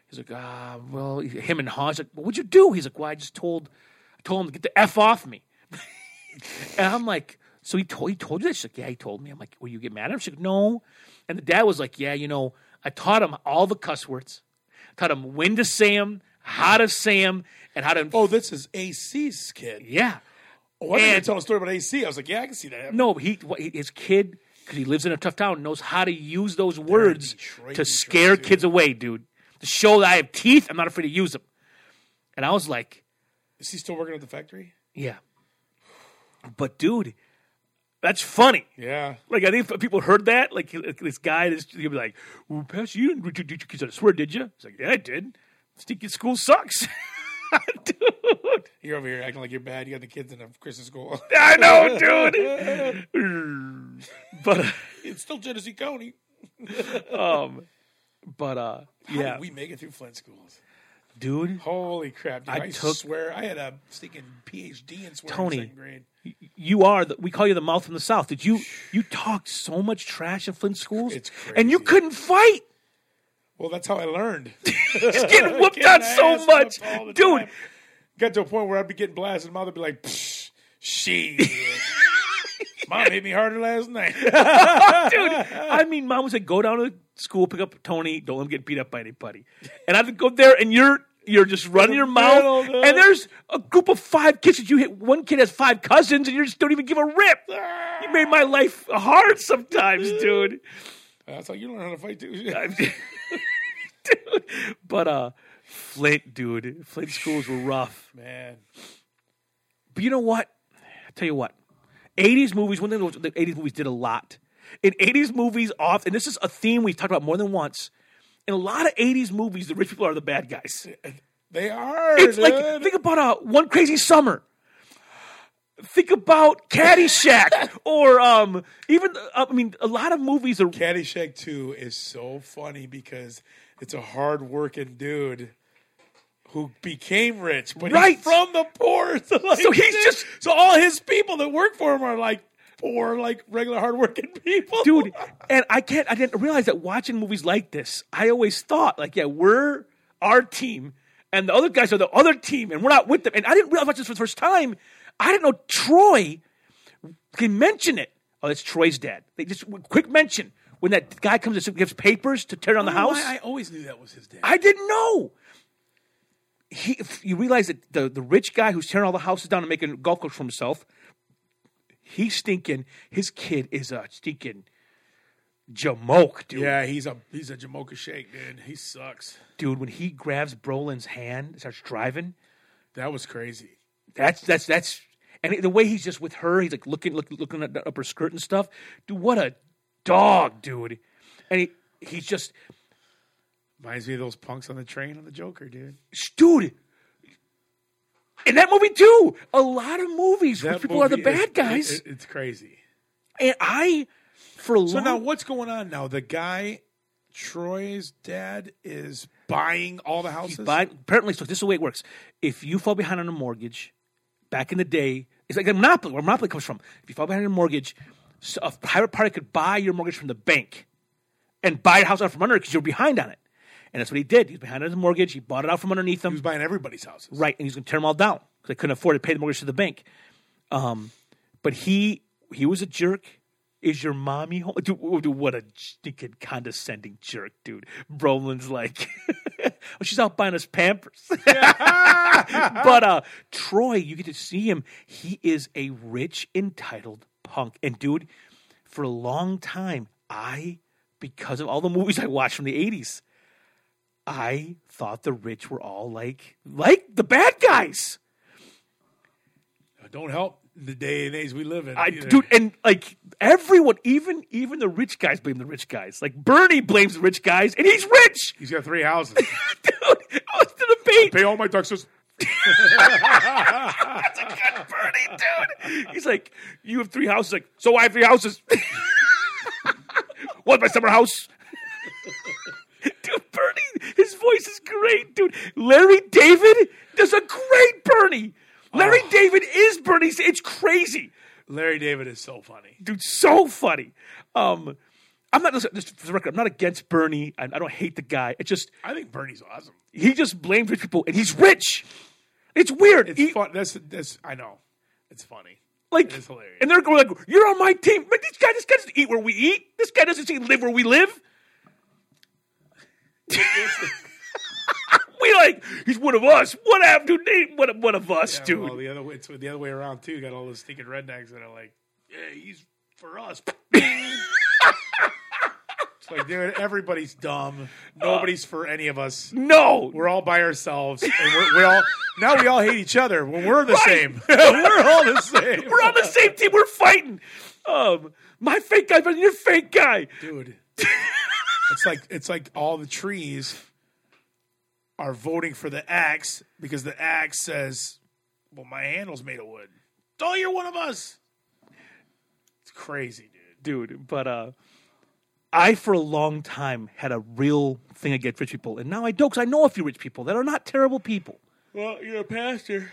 Speaker 1: He's like, "Ah, well, him and Hans. Like, what'd you do?" He's like, "Well, I just told, I told him to get the f off me." And I'm like, so he told he told you that? She's like, yeah, he told me. I'm like, will you get mad at him? She's like, no. And the dad was like, yeah, you know, I taught him all the cuss words, taught him when to say them, how to say them, and how to
Speaker 3: oh, this is AC's kid.
Speaker 1: yeah.
Speaker 3: Oh, I didn't
Speaker 1: And-
Speaker 3: tell a story about AC. I was like, "Yeah, I can see that."
Speaker 1: No, he what- his kid because he lives in a tough town knows how to use those words
Speaker 3: Detroit,
Speaker 1: to
Speaker 3: Detroit,
Speaker 1: scare
Speaker 3: dude.
Speaker 1: kids away, dude. To show that I have teeth, I'm not afraid to use them. And I was like,
Speaker 3: Is he still working at the factory?
Speaker 1: yeah, but dude, that's funny.
Speaker 3: Yeah.
Speaker 1: Like I think if people heard that, like this guy, this he'll be like, well, "Pastor, you didn't teach your kids how to swear, did you?" It's like, "Yeah, I did." Stinking school sucks, dude.
Speaker 3: You're over here acting like you're bad. You got the kids in a Christmas school.
Speaker 1: I know, dude. but uh,
Speaker 3: it's still Genesee County.
Speaker 1: um, but uh,
Speaker 3: How
Speaker 1: yeah,
Speaker 3: did we make it through Flint schools?
Speaker 1: dude.
Speaker 3: Holy crap! Dude,
Speaker 1: I
Speaker 3: I,
Speaker 1: took-
Speaker 3: swear I had a stinking PhD in swearing
Speaker 1: Tony.
Speaker 3: in second grade.
Speaker 1: you are the, we call you the mouth from the south. Did you you talked so much trash in Flint schools,
Speaker 3: It's
Speaker 1: and you
Speaker 3: crazy.
Speaker 1: couldn't fight.
Speaker 3: Well, that's how I learned.
Speaker 1: Just getting whooped
Speaker 3: Getting
Speaker 1: on
Speaker 3: my
Speaker 1: so
Speaker 3: ass
Speaker 1: much,
Speaker 3: whooped all the
Speaker 1: dude.
Speaker 3: time. Got to a point where I'd be getting blasted, and mom would be like, Psh, "She, mom hit me harder last night."
Speaker 1: dude. I mean, mom would say, "Go down to school, pick up Tony. Don't let him get beat up by anybody." And I'd go there, and you're you're just running your
Speaker 3: middle,
Speaker 1: mouth,
Speaker 3: dude.
Speaker 1: and there's a group of five kids that you hit. One kid has five cousins, and you just don't even give a rip.
Speaker 3: Ah.
Speaker 1: You made my life hard sometimes, dude.
Speaker 3: That's how you learn how to fight too.
Speaker 1: dude. But uh, Flint, dude, Flint schools were rough.
Speaker 3: Man,
Speaker 1: But you know what? I tell you what. 80s movies, one thing that the 80s movies did a lot. In 80s movies, often, and this is a theme we've talked about more than once. In a lot of 80s movies, the rich people are the bad guys.
Speaker 3: they are.
Speaker 1: It's like,
Speaker 3: dude.
Speaker 1: think about uh, One Crazy Summer. Think about Caddyshack. or um, even, uh, I mean, a lot of movies are.
Speaker 3: Caddyshack Two is so funny because it's a hard-working dude who became rich, but
Speaker 1: Right.
Speaker 3: he's from the poor. So, like,
Speaker 1: So he's just-
Speaker 3: so all his people that work for him are like poor, like regular hard-working people,
Speaker 1: dude and i can't i didn't realize that watching movies like this i always thought like yeah we're our team and the other guys are the other team and we're not with them and i didn't realize watching this for the first time i didn't know troy can mention it oh that's troy's dad they just quick mention when that guy comes and gives papers to tear down the
Speaker 3: Oh, I don't know
Speaker 1: house
Speaker 3: why I always knew that was his dad.
Speaker 1: I didn't know. He, if you realize that the, the rich guy who's tearing all the houses down and making golf course for himself, he's thinking his kid is a stinking jamoke, dude.
Speaker 3: yeah, he's a he's a Jamocha Shake, dude. He sucks.
Speaker 1: Dude, when he grabs Brolin's hand, and starts driving.
Speaker 3: That was crazy.
Speaker 1: That's that's that's and the way he's just with her, he's like looking look, looking at the upper skirt and stuff. Dude, what a dog, dude. And he he's just
Speaker 3: Reminds me of those punks on the train on the Joker, dude.
Speaker 1: dude. In that movie too, a lot of movies where
Speaker 3: That
Speaker 1: people are the
Speaker 3: movie is-
Speaker 1: bad guys.
Speaker 3: it- it- it's crazy.
Speaker 1: And I, for a
Speaker 3: So
Speaker 1: long,
Speaker 3: now what's going on now? The guy, Troy's dad, is buying all the houses.
Speaker 1: But apparently, so this is the way it works. If you fall behind on a mortgage, back in the day, it's like a monopoly. Where monopoly comes from. If you fall behind on a mortgage, so a private party could buy your mortgage from the bank and buy your house out from under it because you're behind on it. And that's what he did. He was behind on his mortgage. He bought it out from underneath him.
Speaker 3: He was buying everybody's houses.
Speaker 1: Right, and he's going to tear them all down because they couldn't afford to pay the mortgage to the bank. Um, but he he was a jerk. Is your mommy home? Dude, w- dude, what a stinking condescending jerk, dude. Brolin's like, well, she's out buying us Pampers. but uh, Troy, you get to see him. He is a rich, entitled punk. And dude, for a long time, I, because of all the movies I watched from the 80s, I thought the rich were all like like the bad guys.
Speaker 3: Don't help the day and age we live in.
Speaker 1: I,
Speaker 3: either.
Speaker 1: dude, and like everyone, even even the rich guys blame the rich guys. Like Bernie blames the rich guys, and he's rich.
Speaker 3: He's got three houses.
Speaker 1: dude, I was to the beat.
Speaker 3: Pay all my taxes.
Speaker 1: Bernie, dude. He's like, you have three houses. Like, so I have three houses. What's my summer house? dude, Bernie, his voice is great, dude. Larry David does a great Bernie. Larry David is Bernie. It's crazy.
Speaker 3: Larry David is so funny.
Speaker 1: dude, so funny. Um, I'm not listen, just for the record. I'm not against Bernie. I, I don't hate the guy. It just
Speaker 3: I think Bernie's awesome.
Speaker 1: he just blames rich people, and he's rich. It's weird.
Speaker 3: It's
Speaker 1: He-
Speaker 3: fun. That's that's. I know. It's funny.
Speaker 1: like,
Speaker 3: is hilarious.
Speaker 1: and they're going like, "You're on my team." But this guy, this guy doesn't eat where we eat. This guy doesn't see live where we live. we like he's one of us. What have dude? They- What one of us, dude?
Speaker 3: Well, the other way, it's the other way around too. You got all those stinking rednecks that are like, yeah, he's for us. it's like, dude, everybody's dumb. Nobody's for any of us.
Speaker 1: no,
Speaker 3: We're all by ourselves, and we're, we all now we all hate each other when we're the same.
Speaker 1: we're
Speaker 3: We're all the same,
Speaker 1: We're on the same team. We're fighting. Um, my fake guy's better than your fake guy.
Speaker 3: dude. It's like it's like all the trees are voting for the axe because the axe says, "Well, my handle's made of wood." Oh, you're one of us. It's crazy, dude.
Speaker 1: dude. But uh, I, for a long time, had a real thing against rich people, and now I don't. 'cause I know a few rich people that are not terrible people.
Speaker 3: Well, you're a pastor.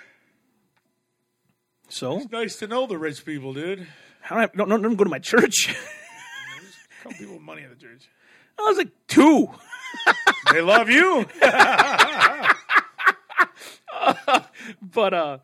Speaker 1: so.
Speaker 3: Nice to know the rich people, dude.
Speaker 1: I don't, have, don't, don't, don't go to my church.
Speaker 3: Come people with money in the church.
Speaker 1: I was like two.
Speaker 3: They love you.
Speaker 1: But uh,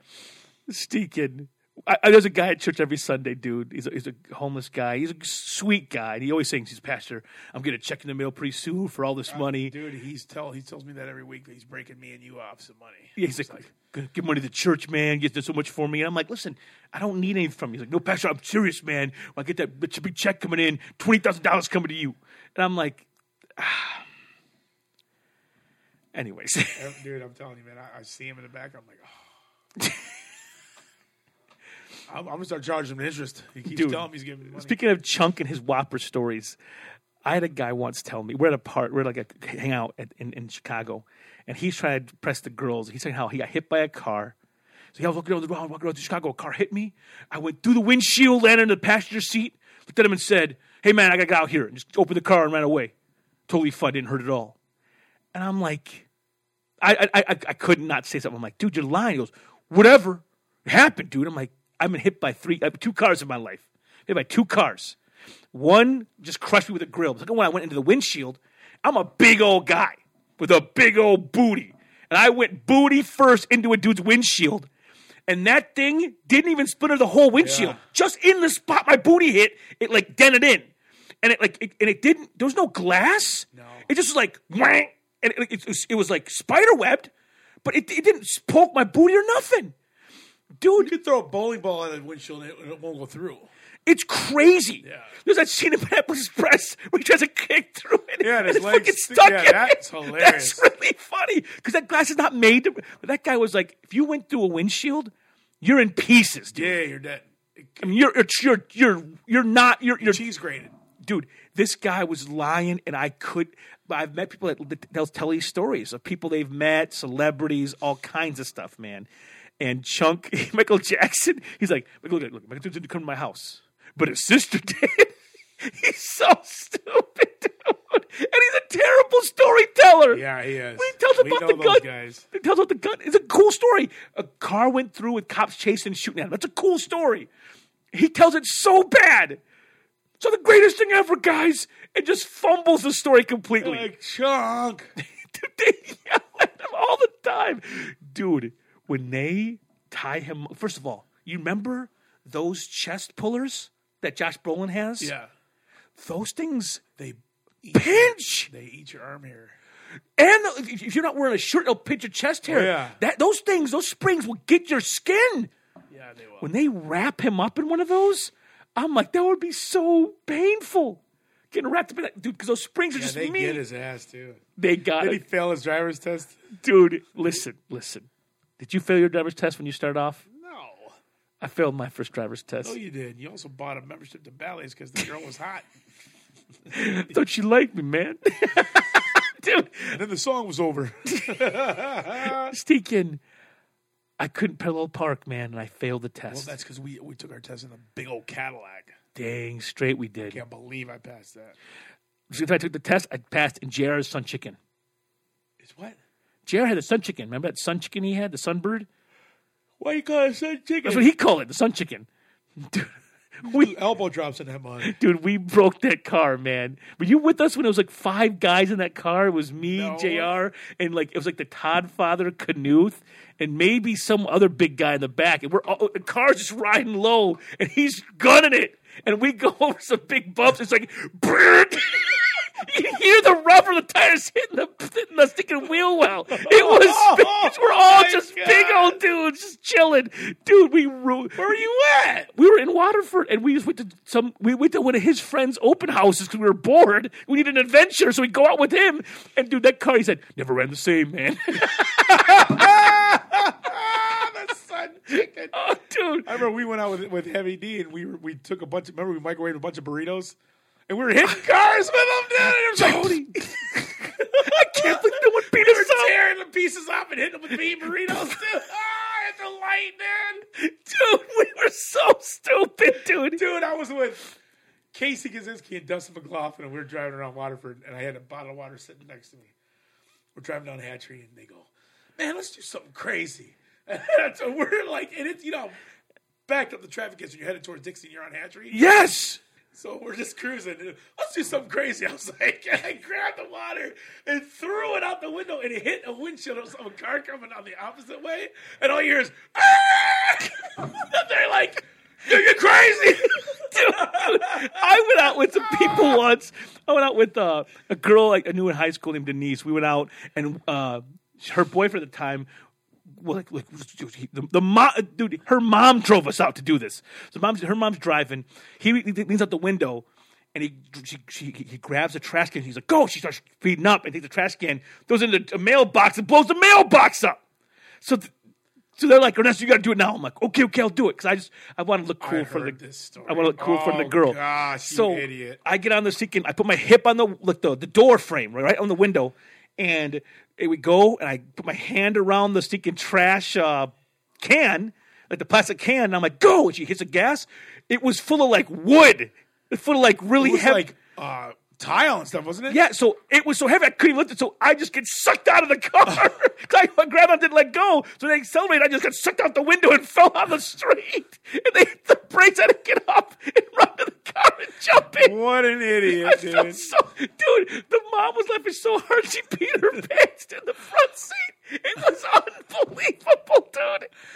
Speaker 1: Steakin, I, I, there's a guy at church every Sunday, dude. He's a, he's a homeless guy. He's a sweet guy, and he always sings, "He's pastor. I'm getting a check in the mail pretty soon for all this money."
Speaker 3: Dude, he's tell he tells me that every week that he's breaking me and you off some money.
Speaker 1: Yeah, he's like, "Gonna give money to the church, man. Get so much for me." And I'm like, "Listen, I don't need anything from you." He's like, "No, pastor, I'm serious, man. When I get that bitch- big check coming in, twenty thousand dollars coming to you," and I'm like, ah. "Anyways."
Speaker 3: Uh, Dude, I'm telling you, man, I, I see him in the back. I'm like, oh. I'm, I'm gonna start charging him interest. He keeps
Speaker 1: Dude.
Speaker 3: telling me he's giving me money.
Speaker 1: Speaking of Chunk and his Whopper stories, I had a guy once tell me we're at a part we're at like a hangout at, in in Chicago, and he's trying to press the girls. He's saying how he got hit by a car. So I was walking around the road, walking around to Chicago. A car hit me. I went through the windshield, landed in the passenger seat, looked at him and said, "Hey man, I gotta get out here." And just opened the car and ran away. Totally fun, didn't hurt at all. And I'm like, I I I, I could not say something. I'm like, dude, you're lying. He goes, whatever It happened, dude. I'm like, I've been hit by three, uh, two cars in my life. Hit by two cars. One just crushed me with a grill. The second one, I went into the windshield. I'm a big old guy with a big old booty, and I went booty first into a dude's windshield. And that thing didn't even splinter the whole windshield.
Speaker 3: Yeah.
Speaker 1: Just in the spot my booty hit, it like dented in, and it like it, and it didn't. There was no glass. No, it just was like whang, and it, it, was, it was like spider webbed, but it, it didn't poke my booty or nothing, dude.
Speaker 3: you could throw a bowling ball at a windshield and it, it won't go through.
Speaker 1: It's crazy.
Speaker 3: Yeah.
Speaker 1: There's that scene in Pineapple Express where he tries to kick through it.
Speaker 3: Yeah, and his
Speaker 1: it's
Speaker 3: legs
Speaker 1: fucking
Speaker 3: stick-
Speaker 1: stuck
Speaker 3: yeah,
Speaker 1: in
Speaker 3: that's
Speaker 1: it.
Speaker 3: hilarious.
Speaker 1: That's really funny because that glass is not made to. But that guy was like, if you went through a windshield, you're in pieces, dude.
Speaker 3: Yeah, you're dead. It-
Speaker 1: I mean, you're you're you're you're, you're not you're, you're
Speaker 3: cheese grated.
Speaker 1: dude, this guy was lying, and I could. I've met people that they'll tell these stories of people they've met, celebrities, all kinds of stuff, man. And Chunk Michael Jackson, he's like, Michael, look, look, Michael didn't come to my house, but his sister did. he's so stupid, dude, and he's a terrible storyteller.
Speaker 3: Yeah, he is.
Speaker 1: When he tells
Speaker 3: We
Speaker 1: about the
Speaker 3: know those
Speaker 1: gun,
Speaker 3: guys.
Speaker 1: he tells about the gun. It's a cool story. A car went through with cops chasing and shooting at him. That's a cool story. He tells it so bad. So the greatest thing ever, guys, and just fumbles the story completely.
Speaker 3: Like chunk.
Speaker 1: Dude, they yell at him all the time. Dude, when they tie him, first of all, you remember those chest pullers that Josh Brolin has?
Speaker 3: Yeah.
Speaker 1: Those things
Speaker 3: They
Speaker 1: pinch.
Speaker 3: they eat your arm hair.
Speaker 1: And the- if if you're not wearing a shirt, they'll pinch your chest hair.
Speaker 3: yeah.
Speaker 1: That those things, those springs will get your skin.
Speaker 3: Yeah, they will.
Speaker 1: When they wrap him up in one of those, I'm like, that would be so painful. Getting wrapped up in that dude, because those springs are
Speaker 3: Yeah,
Speaker 1: just
Speaker 3: they
Speaker 1: mean.
Speaker 3: get his ass too.
Speaker 1: They got
Speaker 3: Did he
Speaker 1: it.
Speaker 3: fail his driver's test?
Speaker 1: Dude, listen, listen. Did you fail your driver's test when you started off?
Speaker 3: No.
Speaker 1: I failed my first driver's test.
Speaker 3: No, you did. You also bought a membership to ballets because the girl was hot.
Speaker 1: Thought you liked me, man. Dude,
Speaker 3: And then the song was over.
Speaker 1: Steakin, I couldn't parallel park, man, and I failed the test.
Speaker 3: That's because we, we took our test in a big old Cadillac.
Speaker 1: Dang straight we did.
Speaker 3: Can't believe I passed that.
Speaker 1: Since I took the test, I passed in JR's Sun Chicken.
Speaker 3: It's what?
Speaker 1: JR had a Sun Chicken. Remember that Sun Chicken he had, the Sunbird?
Speaker 3: Why you call it said chicken?
Speaker 1: That's what he called it, the Sun Chicken. Dude, we
Speaker 3: Elbow drops in that mug.
Speaker 1: dude, we broke that car, man. Were you with us when it was like five guys in that car? It was me,
Speaker 3: No.
Speaker 1: JR, and like it was like the Todd father, Knuth, and maybe some other big guy in the back. And we're all the car's just riding low and he's gunning it. And we go over some big bumps. It's like brrrt. You can hear the rubber, the tires hitting the, hitting the sticking wheel well. It was, we're all
Speaker 3: Oh, my
Speaker 1: just big
Speaker 3: God.
Speaker 1: old dudes just chilling. Dude, we ruined. Where are you at? We were in Waterford, and we just went to some. We went to one of his friends' open houses because we were bored. We needed an adventure, so we go out with him. And dude, that car, he said, never ran the same, man.
Speaker 3: Ah, the sun chicken.
Speaker 1: oh, dude,
Speaker 3: I remember we went out with with Heavy D and we were, we took a bunch of remember we microwaved a bunch of burritos and we were hitting cars with them. Dude, and it was like,
Speaker 1: Tony. I can't believe no one beat
Speaker 3: we were
Speaker 1: us up.
Speaker 3: tearing the pieces up and hitting them with bean burritos too. Ah, it's a light, man.
Speaker 1: Dude, we were so stupid, dude.
Speaker 3: Dude, I was with Casey Kaczynski and Dustin McLaughlin and we were driving around Waterford and I had a bottle of water sitting next to me. We're driving down Hatchery and they go, man, let's do something crazy. so we're like, and it's you know. backed up the traffic is when you're headed towards Dixie and you're on Hatchery.
Speaker 1: Yes.
Speaker 3: So we're just cruising. and Let's do something crazy. I was like, and I grabbed the water and threw it out the window and it hit a windshield of some car coming down the opposite way. And all you hear is, "Ah!" they're like, "Dude, you're crazy.
Speaker 1: I went out with some people once. I went out with uh, a girl I knew in high school named Denise. We went out, and uh, her boyfriend at the time, well, like, like the, the mom, dude, her mom drove us out to do this. So mom's, her mom's driving. He, he leans out the window, and he she, she he grabs a trash can. He's like, "Go!" She starts feeding up and takes the trash can, throws it in a mailbox, and blows the mailbox up. So. th- so they're like, Ernesto, you got to do it now. I'm like, okay, okay, I'll do it because I just I want to look cool
Speaker 3: I
Speaker 1: for the
Speaker 3: heard this story.
Speaker 1: I want to look cool for the
Speaker 3: Oh,
Speaker 1: girl.
Speaker 3: gosh, you
Speaker 1: so
Speaker 3: idiot.
Speaker 1: I get on the seat and I put my hip on the like the, the door frame right on the window, and it would go and I put my hand around the seeking trash uh, can like the plastic can. And I'm like, go! And she hits the gas. It was full of like wood, full of like really
Speaker 3: It was
Speaker 1: heavy.
Speaker 3: like uh, tile and stuff, wasn't it?
Speaker 1: Yeah, so it was so heavy I couldn't even lift it, so I just get sucked out of the car. I, my grandma didn't let go, so they accelerated. I just got sucked out the window and fell on the street. And they hit the brakes. I had to get up and run to the car and jump in.
Speaker 3: What an
Speaker 1: I
Speaker 3: idiot,
Speaker 1: felt
Speaker 3: dude.
Speaker 1: so, dude. The mom was laughing so hard she peed her pants in the front seat. It was unbelievable,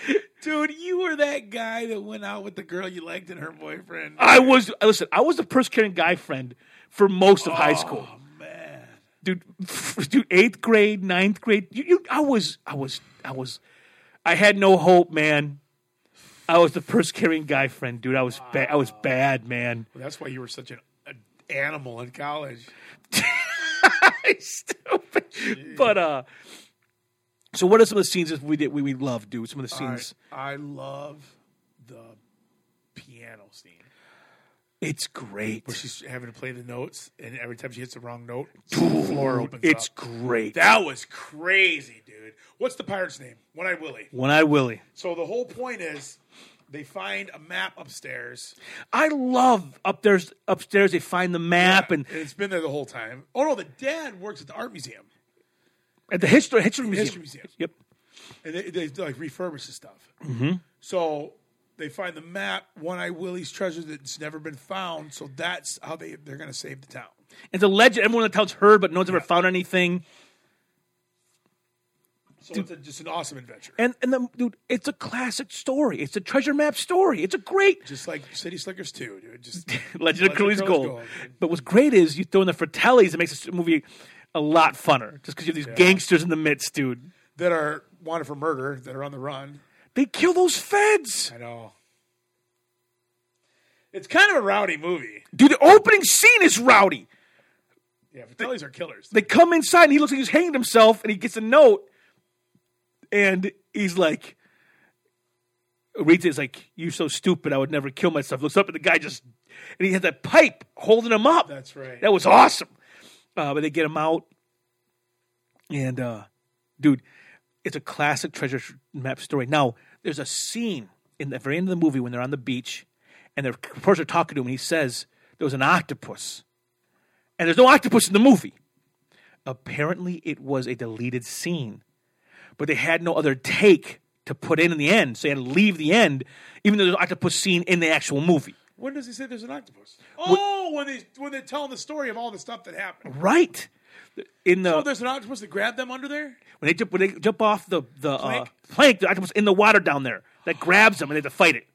Speaker 1: dude.
Speaker 3: Dude, you were that guy that went out with the girl you liked and her boyfriend.
Speaker 1: I was listen. I was the purse carrying guy friend for most of high school.
Speaker 3: Oh, Man.
Speaker 1: dude, dude, eighth grade, ninth grade. You, you, I was, I was, I was, I had no hope, man. I was the purse carrying guy friend, dude. I was bad. I was bad, man.
Speaker 3: That's why you were such an, an animal in college.
Speaker 1: Stupid. But uh, so what are some of the scenes that we did we, we love, dude? Some of the scenes.
Speaker 3: I love the piano scene.
Speaker 1: It's great.
Speaker 3: She's having to play the notes, and every time she hits the wrong note, the floor opens
Speaker 1: It's
Speaker 3: up.
Speaker 1: great.
Speaker 3: That was crazy, dude. What's the pirate's name? One Eyed Willie.
Speaker 1: One Eye Willie.
Speaker 3: So the whole point is they find a map upstairs.
Speaker 1: I love up there's upstairs. They find the map and
Speaker 3: And it's been there the whole time. Oh no, the dad works at the art museum,
Speaker 1: at the history history museum.
Speaker 3: history museum,
Speaker 1: Yep.
Speaker 3: and they, they like refurbish the stuff. Mm-hmm. So they find the map, One Eye Willie's treasure that's never been found. So that's how they they're going to save the town.
Speaker 1: It's a legend. Everyone in the town's heard, but no one's ever found anything.
Speaker 3: So it's a, just an awesome adventure.
Speaker 1: And and the dude, it's a classic story. It's a treasure map story. It's a great
Speaker 3: just like City Slickers too, dude. Just
Speaker 1: Legend of Curly's
Speaker 3: Curly's
Speaker 1: Gold.
Speaker 3: Gold, dude.
Speaker 1: But what's great is you throw in the Fratellis, it makes this movie a lot funner. Just because you have these gangsters in the midst, dude.
Speaker 3: that are wanted for murder that are on the run.
Speaker 1: They kill those feds,
Speaker 3: I know. It's kind of a rowdy movie.
Speaker 1: dude. The opening scene is rowdy.
Speaker 3: Yeah, Fratellis are killers.
Speaker 1: They come inside, and he looks like he's hanging himself, and he gets a note, and he's like, reads it, is like, "You're so stupid. I would never kill myself." Looks up, and the guy just, and he has that pipe holding him up.
Speaker 3: That's right.
Speaker 1: That was awesome. Uh, but they get him out, and uh, dude, it's a classic treasure tr- map story. Now, there's a scene in the very end of the movie when they're on the beach, and the reporters are talking to him, and he says there was an octopus, and there's no octopus in the movie. Apparently, it was a deleted scene, but they had no other take to put in in the end, so they had to leave the end, even though there's an octopus scene in the actual movie.
Speaker 3: When does he say there's an octopus? Oh, when they when they're telling the story of all the stuff that happened.
Speaker 1: Right. In the
Speaker 3: Oh, there's an octopus that grabbed them under there.
Speaker 1: when they jump when they jump off the the plank,
Speaker 3: Plank?
Speaker 1: uh, plank the octopus in the water down there that grabs them and they have to fight it.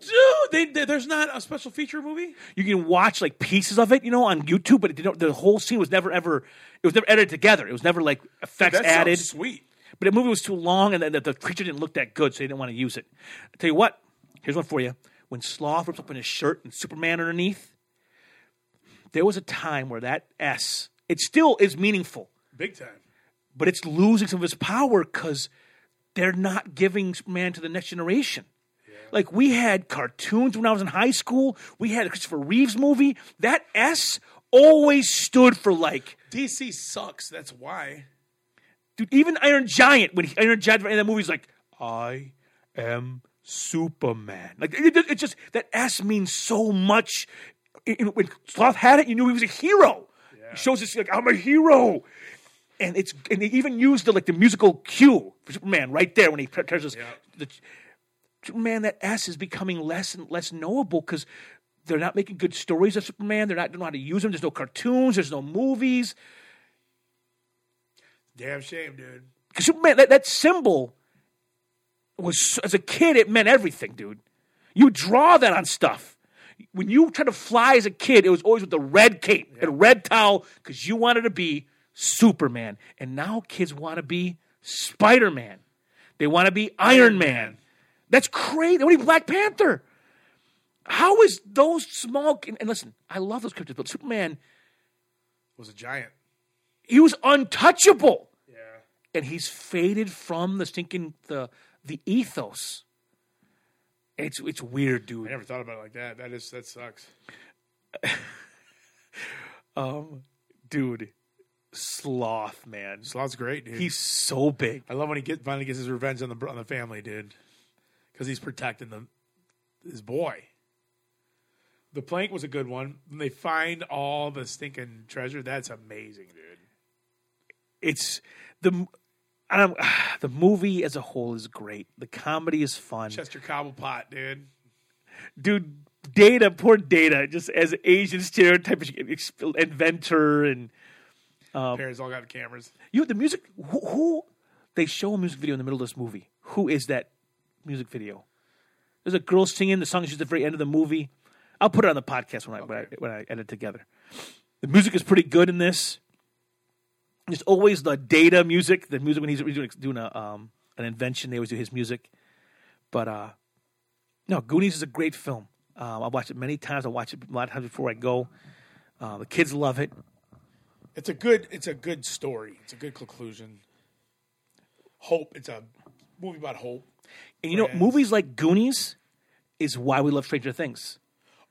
Speaker 3: Dude, they, they- there's not a special feature movie.
Speaker 1: You can watch like pieces of it, you know, on YouTube, but it didn't, the whole scene was never ever it was never edited together. It was never like effects
Speaker 3: That sounds
Speaker 1: added.
Speaker 3: sweet.
Speaker 1: But the movie was too long, and the, the creature didn't look that good, so they didn't want to use it. I tell you what, here's one for you. When Sloth rips up in his shirt and Superman underneath, there was a time where that S it still is meaningful.
Speaker 3: Big time.
Speaker 1: but it's losing some of its power because they're not giving man to the next generation. Like we had cartoons when I was in high school. We had a Christopher Reeves movie. That S always stood for like,
Speaker 3: DC sucks. That's why.
Speaker 1: dude. Even Iron Giant when he, Iron Giant in that movie is like, I am Superman. Like it, it- it's just that S means so much. In- in- when Sloth had it, you knew he was a hero. He shows us like I'm a hero. and it's and they even used the like the musical cue for Superman right there when he tears his.
Speaker 3: Yeah.
Speaker 1: The, Superman, that S is becoming less and less knowable because they're not making good stories of Superman. They're not they don't know how to use him. There's no cartoons. There's no movies.
Speaker 3: Damn shame, dude.
Speaker 1: Because Superman, that, that symbol was as a kid, it meant everything, dude. You draw that on stuff. When you tried to fly as a kid, it was always with the red cape and red towel because you wanted to be Superman. And now kids want to be Spider Man. They want to be Iron Man. That's crazy. They want to be Black Panther. How is those small? And and listen, I love those characters, but Superman,
Speaker 3: Was a giant.
Speaker 1: he was untouchable.
Speaker 3: Yeah.
Speaker 1: and he's faded from the stinking the the ethos. It's it's weird,
Speaker 3: I
Speaker 1: dude.
Speaker 3: never thought about it like that. That is that sucks.
Speaker 1: Dude, sloth man.
Speaker 3: Slot's great, dude.
Speaker 1: He's so big.
Speaker 3: I love when he get, finally gets his revenge on the br- on the family, dude, because he's protecting the his boy. The plank was a good one. When they find all the stinking treasure, that's amazing, dude.
Speaker 1: It's the m- I don't, the movie as a whole is great. The comedy is fun,
Speaker 3: Chester Cobblepot, dude.
Speaker 1: dude. Data, poor Data, just as Asian stereotype ex- inventor, and Um,
Speaker 3: Parents all got cameras.
Speaker 1: you the music. Who, who they show a music video in the middle of this movie? Who is that music video? There's a girl singing the song. She's at the very end of the movie. I'll put it on the podcast when I, when, I when I edit together. The music is pretty good in this. There's always the data music. The music when he's doing, doing a um, an invention, they always do his music. But uh, no, Goonies is a great film. Um, I watched it many times. I watch it a lot of times before I go. Uh, the kids love it.
Speaker 3: It's a good. It's a good story. It's a good conclusion. Hope. It's a movie about hope.
Speaker 1: And you know,
Speaker 3: Friends.
Speaker 1: movies like Goonies is why we love Stranger Things.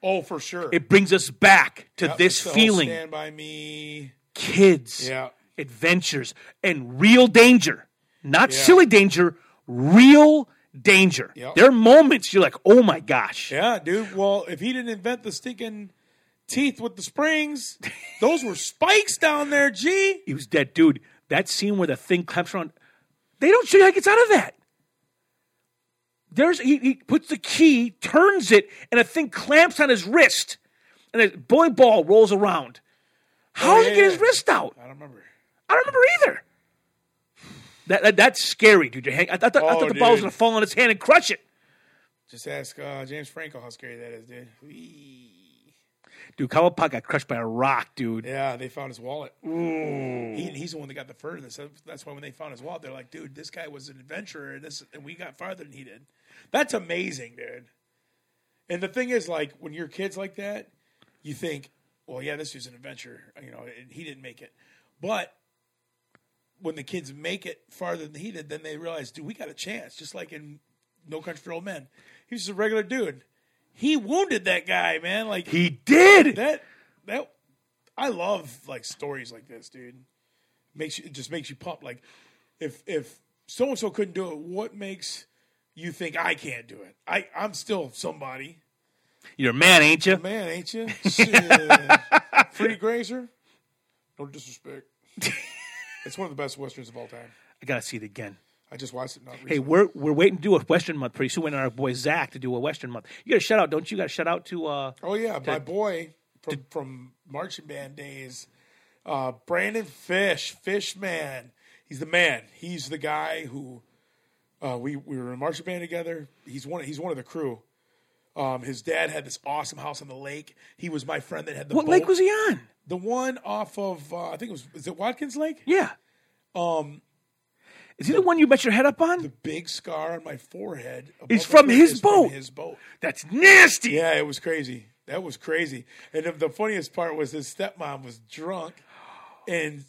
Speaker 3: Oh, for sure.
Speaker 1: It brings us back to
Speaker 3: Yep,
Speaker 1: this
Speaker 3: so
Speaker 1: feeling
Speaker 3: Stand by me.
Speaker 1: kids,
Speaker 3: Yeah.
Speaker 1: adventures, and real danger. Not
Speaker 3: Yeah.
Speaker 1: silly danger, real danger.
Speaker 3: Yep.
Speaker 1: There are moments you're like, oh my gosh.
Speaker 3: Yeah, dude. Well, if he didn't invent the stinking teeth with the springs, those were spikes down there, G.
Speaker 1: He was dead, dude. That scene where the thing clamps around, they don't show you how it gets out of that. There's he, he puts the key, turns it, and a thing clamps on his wrist, and a bowling ball rolls around. How does he
Speaker 3: yeah,
Speaker 1: get his
Speaker 3: yeah.
Speaker 1: wrist out?
Speaker 3: I don't remember.
Speaker 1: I don't remember either. That, that that's scary, dude. Your hand- I, I thought, I
Speaker 3: Oh,
Speaker 1: thought the ball was
Speaker 3: dude.
Speaker 1: gonna fall on his hand and crush it,
Speaker 3: Just ask uh, James Franco how scary that is, dude. Whee.
Speaker 1: dude. Kawapaka got crushed by a rock, dude.
Speaker 3: Yeah, they found his wallet. He, he's the one that got the furthest. That's why when they found his wallet, they're like, "Dude, this guy was an adventurer, and this, and we got farther than he did." That's amazing, dude. And the thing is, like, when you're kids like that, you think, "Well, yeah, this dude's an adventurer," you know, and he didn't make it. But when the kids make it farther than he did, then they realize, "Dude, we got a chance." Just like in No Country for Old Men, he was just a regular dude. He wounded that guy, man. Like
Speaker 1: He did.
Speaker 3: that that I love like stories like this, dude. Makes you it just makes you pumped. Like if if so and so couldn't do it, what makes you think I can't do it? I I'm still somebody,
Speaker 1: You're a man, ain't you?
Speaker 3: man, ain't you? Shit. Free Grazer, no disrespect. it's one of the best westerns of all time.
Speaker 1: I gotta see it again.
Speaker 3: I just watched it not recently.
Speaker 1: Hey, we're we're waiting to do a Western month pretty soon. And our boy Zach to do a Western month. You got a shout out, don't you? Got a shout out to uh,
Speaker 3: Oh yeah, my boy from from marching band days, uh, Brandon Fish, Fishman. He's the man. He's the guy who uh, we we were in marching band together. He's one. He's one of the crew. Um, his dad had this awesome house on the lake. He was my friend that had the
Speaker 1: what
Speaker 3: boat.
Speaker 1: lake was he on?
Speaker 3: the one off of uh, I think it was is it Watkins Lake?
Speaker 1: Yeah. Um, is he the, one you bet your head up on?
Speaker 3: Um, The big scar on my forehead
Speaker 1: It's
Speaker 3: above
Speaker 1: from
Speaker 3: my-
Speaker 1: his
Speaker 3: is
Speaker 1: boat.
Speaker 3: his boat.
Speaker 1: That's nasty.
Speaker 3: Yeah, it was crazy. That was crazy. And the, the funniest part was his stepmom was drunk, and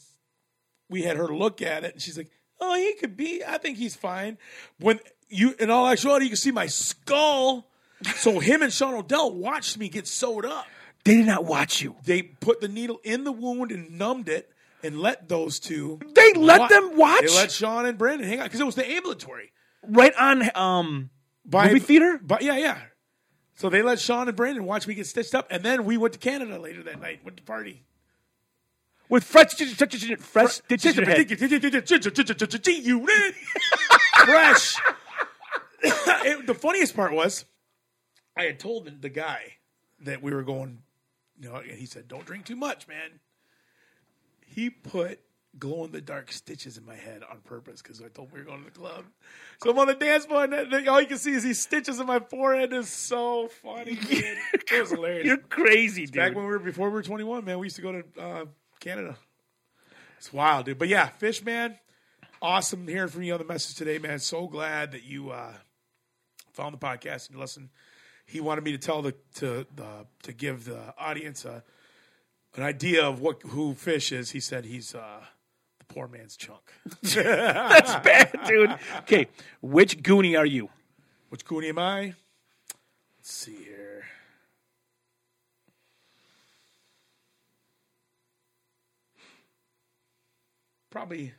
Speaker 3: we had her look at it, and she's like, "Oh, he could be. I think he's fine." When you, in all actuality, you can see my skull. So him and Sean O'Dell watched me get sewed up.
Speaker 1: They did not watch you.
Speaker 3: They put the needle in the wound and numbed it, and let those two.
Speaker 1: They let
Speaker 3: wa-
Speaker 1: them watch?
Speaker 3: They let Sean and Brandon hang out because it was the ambulatory
Speaker 1: Right on um
Speaker 3: by
Speaker 1: movie theater.
Speaker 3: But yeah, yeah. So they let Sean and Brandon watch me get stitched up, and then we went to Canada later that night. Went to party.
Speaker 1: with fresh stitches, fresh stitches in your head.
Speaker 3: Fresh it, the funniest part was, I had told the- the guy that we were going, you know, and he said, "Don't drink too much, man." He put glow in the dark stitches in my head on purpose because I told him we were going to the club. So I'm on the dance floor, and that- that- all you can see is these stitches in my forehead. It's so funny, dude. It was hilarious.
Speaker 1: You're crazy, dude.
Speaker 3: Back when we were before we were 21, man, we used to go to uh, Canada. It's wild, dude. But yeah, Fish man, awesome hearing from you on the message today, man. So glad that you uh, found the podcast and listened. He wanted me to tell the to the to give the audience a, an idea of what who Fish is. He said he's uh, the poor man's chunk.
Speaker 1: That's bad, dude. Okay, which Goonie are you?
Speaker 3: Which Cooney am I? Let's see here. Probably,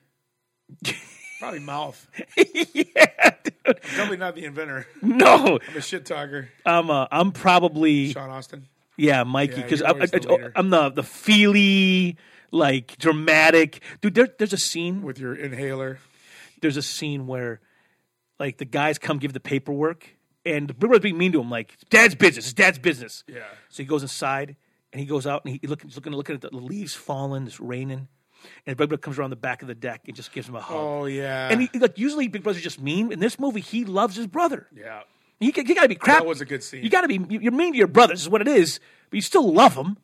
Speaker 3: probably mouth.
Speaker 1: yeah, dude.
Speaker 3: Probably not the inventor.
Speaker 1: No,
Speaker 3: I'm a shit talker.
Speaker 1: I'm uh, I'm probably
Speaker 3: Sean Austin.
Speaker 1: yeah, Mikey,
Speaker 3: Yeah,
Speaker 1: because
Speaker 3: you're always the leader.
Speaker 1: I'm the the feely, like dramatic dude. There, there's a scene
Speaker 3: with your inhaler.
Speaker 1: there's a scene where like the guys come give the paperwork and everybody's being mean to him like dad's business it's dad's business
Speaker 3: Yeah.
Speaker 1: so he goes inside and he goes out and he, he look, he's looking looking at the leaves falling it's raining and Big Brother comes around the back of the deck and just gives him a hug
Speaker 3: Oh yeah.
Speaker 1: and he, like usually Big Brother's just mean in this movie he loves his brother
Speaker 3: yeah.
Speaker 1: he, ca- you gotta be crap
Speaker 3: That was a good scene.
Speaker 1: you gotta be you're mean to your brother this is what it is but you still love him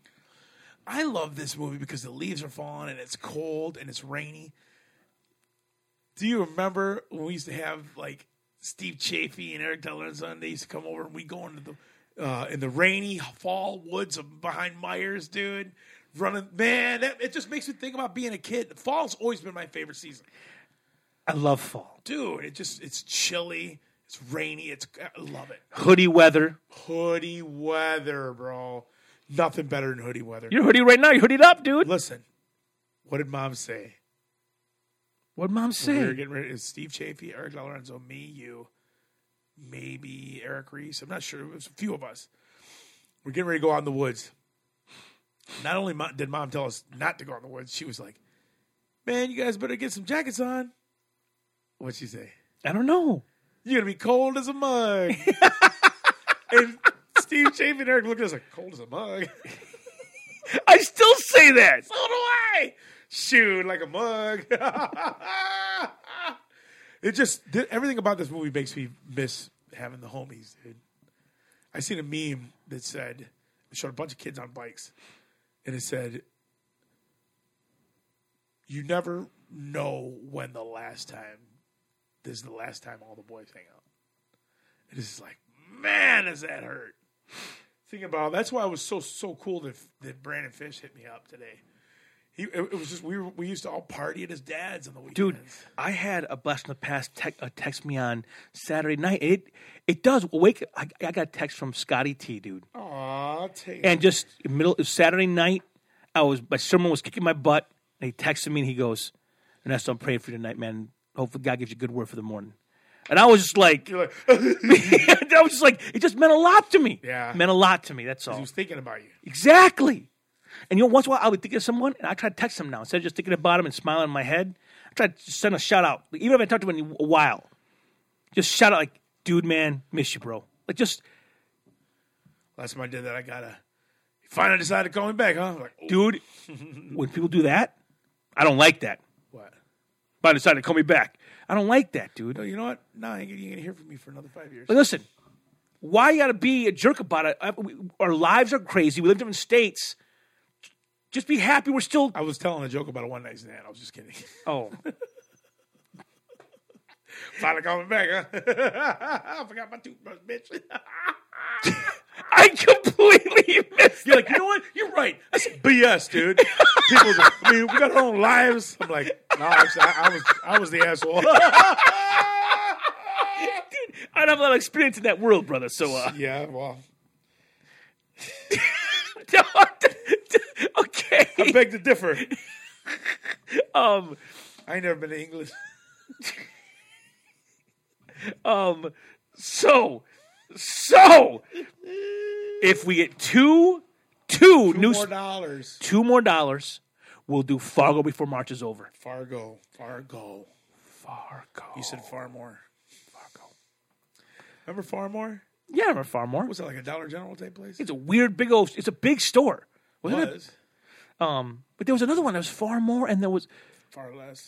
Speaker 3: I love this movie because the leaves are falling and it's cold and it's rainy. Do you remember when we used to have like Steve Chafee and Eric Della and Son? They used to come over and we go into the uh, in the rainy fall woods of behind Myers, dude. Running, man, that, it just makes me think about being a kid. Fall's always been my favorite season,
Speaker 1: I love fall
Speaker 3: dude. It just it's chilly, it's rainy, it's I love it.
Speaker 1: hoodie weather
Speaker 3: Hoodie weather, bro. Nothing better than hoodie weather.
Speaker 1: you're hoodie right now you're hoodied up dude
Speaker 3: Listen, what did mom say?
Speaker 1: what'd mom
Speaker 3: We
Speaker 1: say
Speaker 3: were getting rid of Steve Chafee, Eric Lorenzo, me, you, maybe Eric Reese. I'm not sure. It was a few of us. We're getting ready to go out in the woods. Not only mo- did mom tell us not to go out in the woods, she was like, "Man, you guys better get some jackets on." What'd she say?
Speaker 1: I don't know
Speaker 3: You're gonna be cold as a mug. and Steve Chafee and Eric looked at us like, "Cold as a mug."
Speaker 1: I still say that
Speaker 3: So do I. Shoot, like a mug. it just th- everything about this movie makes me miss having the homies, dude. I seen a meme that said it showed a bunch of kids on bikes, and it said, "You never know when the last time. This is the last time all the boys hang out." And it's just like, man, does that hurt? Think about that's why it was so so cool that that Brandon Fish hit me up today. He it, it was just we were, we used to all party at his dad's on the weekends.
Speaker 1: dude i had a blast in the past tec- uh, text me on saturday night it it does wake i, I got a text from scotty t dude
Speaker 3: Oh. aw, Taylor.
Speaker 1: and just middle saturday night i was my sermon was kicking my butt and he texted me and he goes ernesto i'm praying for you tonight man hopefully god gives you a good word for the morning and i was just like
Speaker 3: You're like,
Speaker 1: i was just like it just meant a lot to me
Speaker 3: Yeah.
Speaker 1: meant a lot to me that's all
Speaker 3: he was thinking about you.
Speaker 1: Exactly. And you know, once in a while I would think of someone and I try to text them now. Instead of just thinking about them and smiling in my head, I try to send a shout out. Like, even if I talked to them in a while, just shout out like, dude, man, miss you, bro. Like, just,
Speaker 3: Last time I did that, I got a. He finally decided to call me back, huh? I'm like, oh,
Speaker 1: dude, when people do that, I don't like that.
Speaker 3: what?
Speaker 1: But I decided to call me back. I don't like that, dude.
Speaker 3: No, you know what? No, I ain't gonna, you ain't gonna hear from me for another five years.
Speaker 1: But listen, why you gotta be a jerk about it? I- we- Our lives are crazy. We live in different states. Just be happy we're still.
Speaker 3: I was telling a joke about a one night stand. I was just kidding.
Speaker 1: Oh,
Speaker 3: finally called me back, huh? I forgot my toothbrush, bitch.
Speaker 1: I completely missed.
Speaker 3: You're like, you know what? You're right. That's BS, dude. People, was like, I mean, we got our own lives. I'm like, no, actually, I, I was, I was the asshole.
Speaker 1: Dude, I don't have a lot of experience in that world, brother. So, uh,
Speaker 3: yeah, well, I
Speaker 1: okay.
Speaker 3: beg to differ.
Speaker 1: Um,
Speaker 3: I ain't never been to England.
Speaker 1: um, so, so, if we get two, two new,
Speaker 3: Four dollars.
Speaker 1: two more dollars, we'll do Fargo before March is over.
Speaker 3: Fargo, Fargo.
Speaker 1: Fargo.
Speaker 3: You said far more. Fargo. Remember Farmore?
Speaker 1: Yeah, I remember Farmore.
Speaker 3: Was that like a Dollar General type place?
Speaker 1: It's a weird big old. It's a big store, wasn't it?
Speaker 3: was.
Speaker 1: Um, but there was another one. There was Farmore, and there was
Speaker 3: Far less.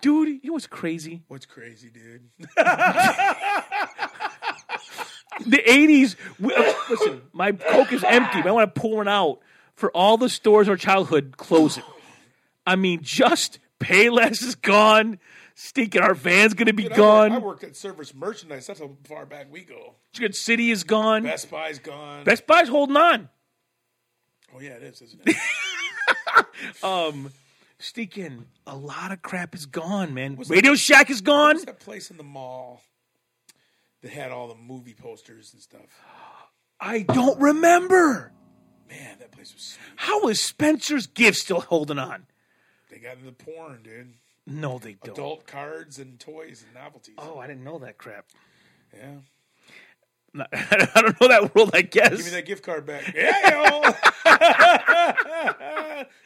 Speaker 1: dude. You know what's crazy?
Speaker 3: What's crazy, dude?
Speaker 1: the eighties. uh, Listen, my coke is empty. But I want to pour one out for all the stores our childhood closing. I mean, just Payless is gone. Stinking, our van's gonna be
Speaker 3: Dude, I wor-
Speaker 1: gone.
Speaker 3: I worked at Service Merchandise. That's how far back we go.
Speaker 1: Good City is gone. Best,
Speaker 3: Best Buy's gone.
Speaker 1: Buy's holding on.
Speaker 3: oh yeah, it is, isn't it?
Speaker 1: Stinking, a lot of crap is gone, man.
Speaker 3: What's
Speaker 1: Radio Shack is gone.
Speaker 3: What's that place in the mall that had all the movie posters and stuff?
Speaker 1: I don't remember.
Speaker 3: Man, that place was sweet.
Speaker 1: How is Spencer's gift still holding on?
Speaker 3: They got into the porn, dude.
Speaker 1: No, they don't.
Speaker 3: Adult cards and toys and novelties.
Speaker 1: Oh, I didn't know that crap.
Speaker 3: Yeah.
Speaker 1: No, I don't know that world. I guess.
Speaker 3: Give me that gift card back. Yeah, yo.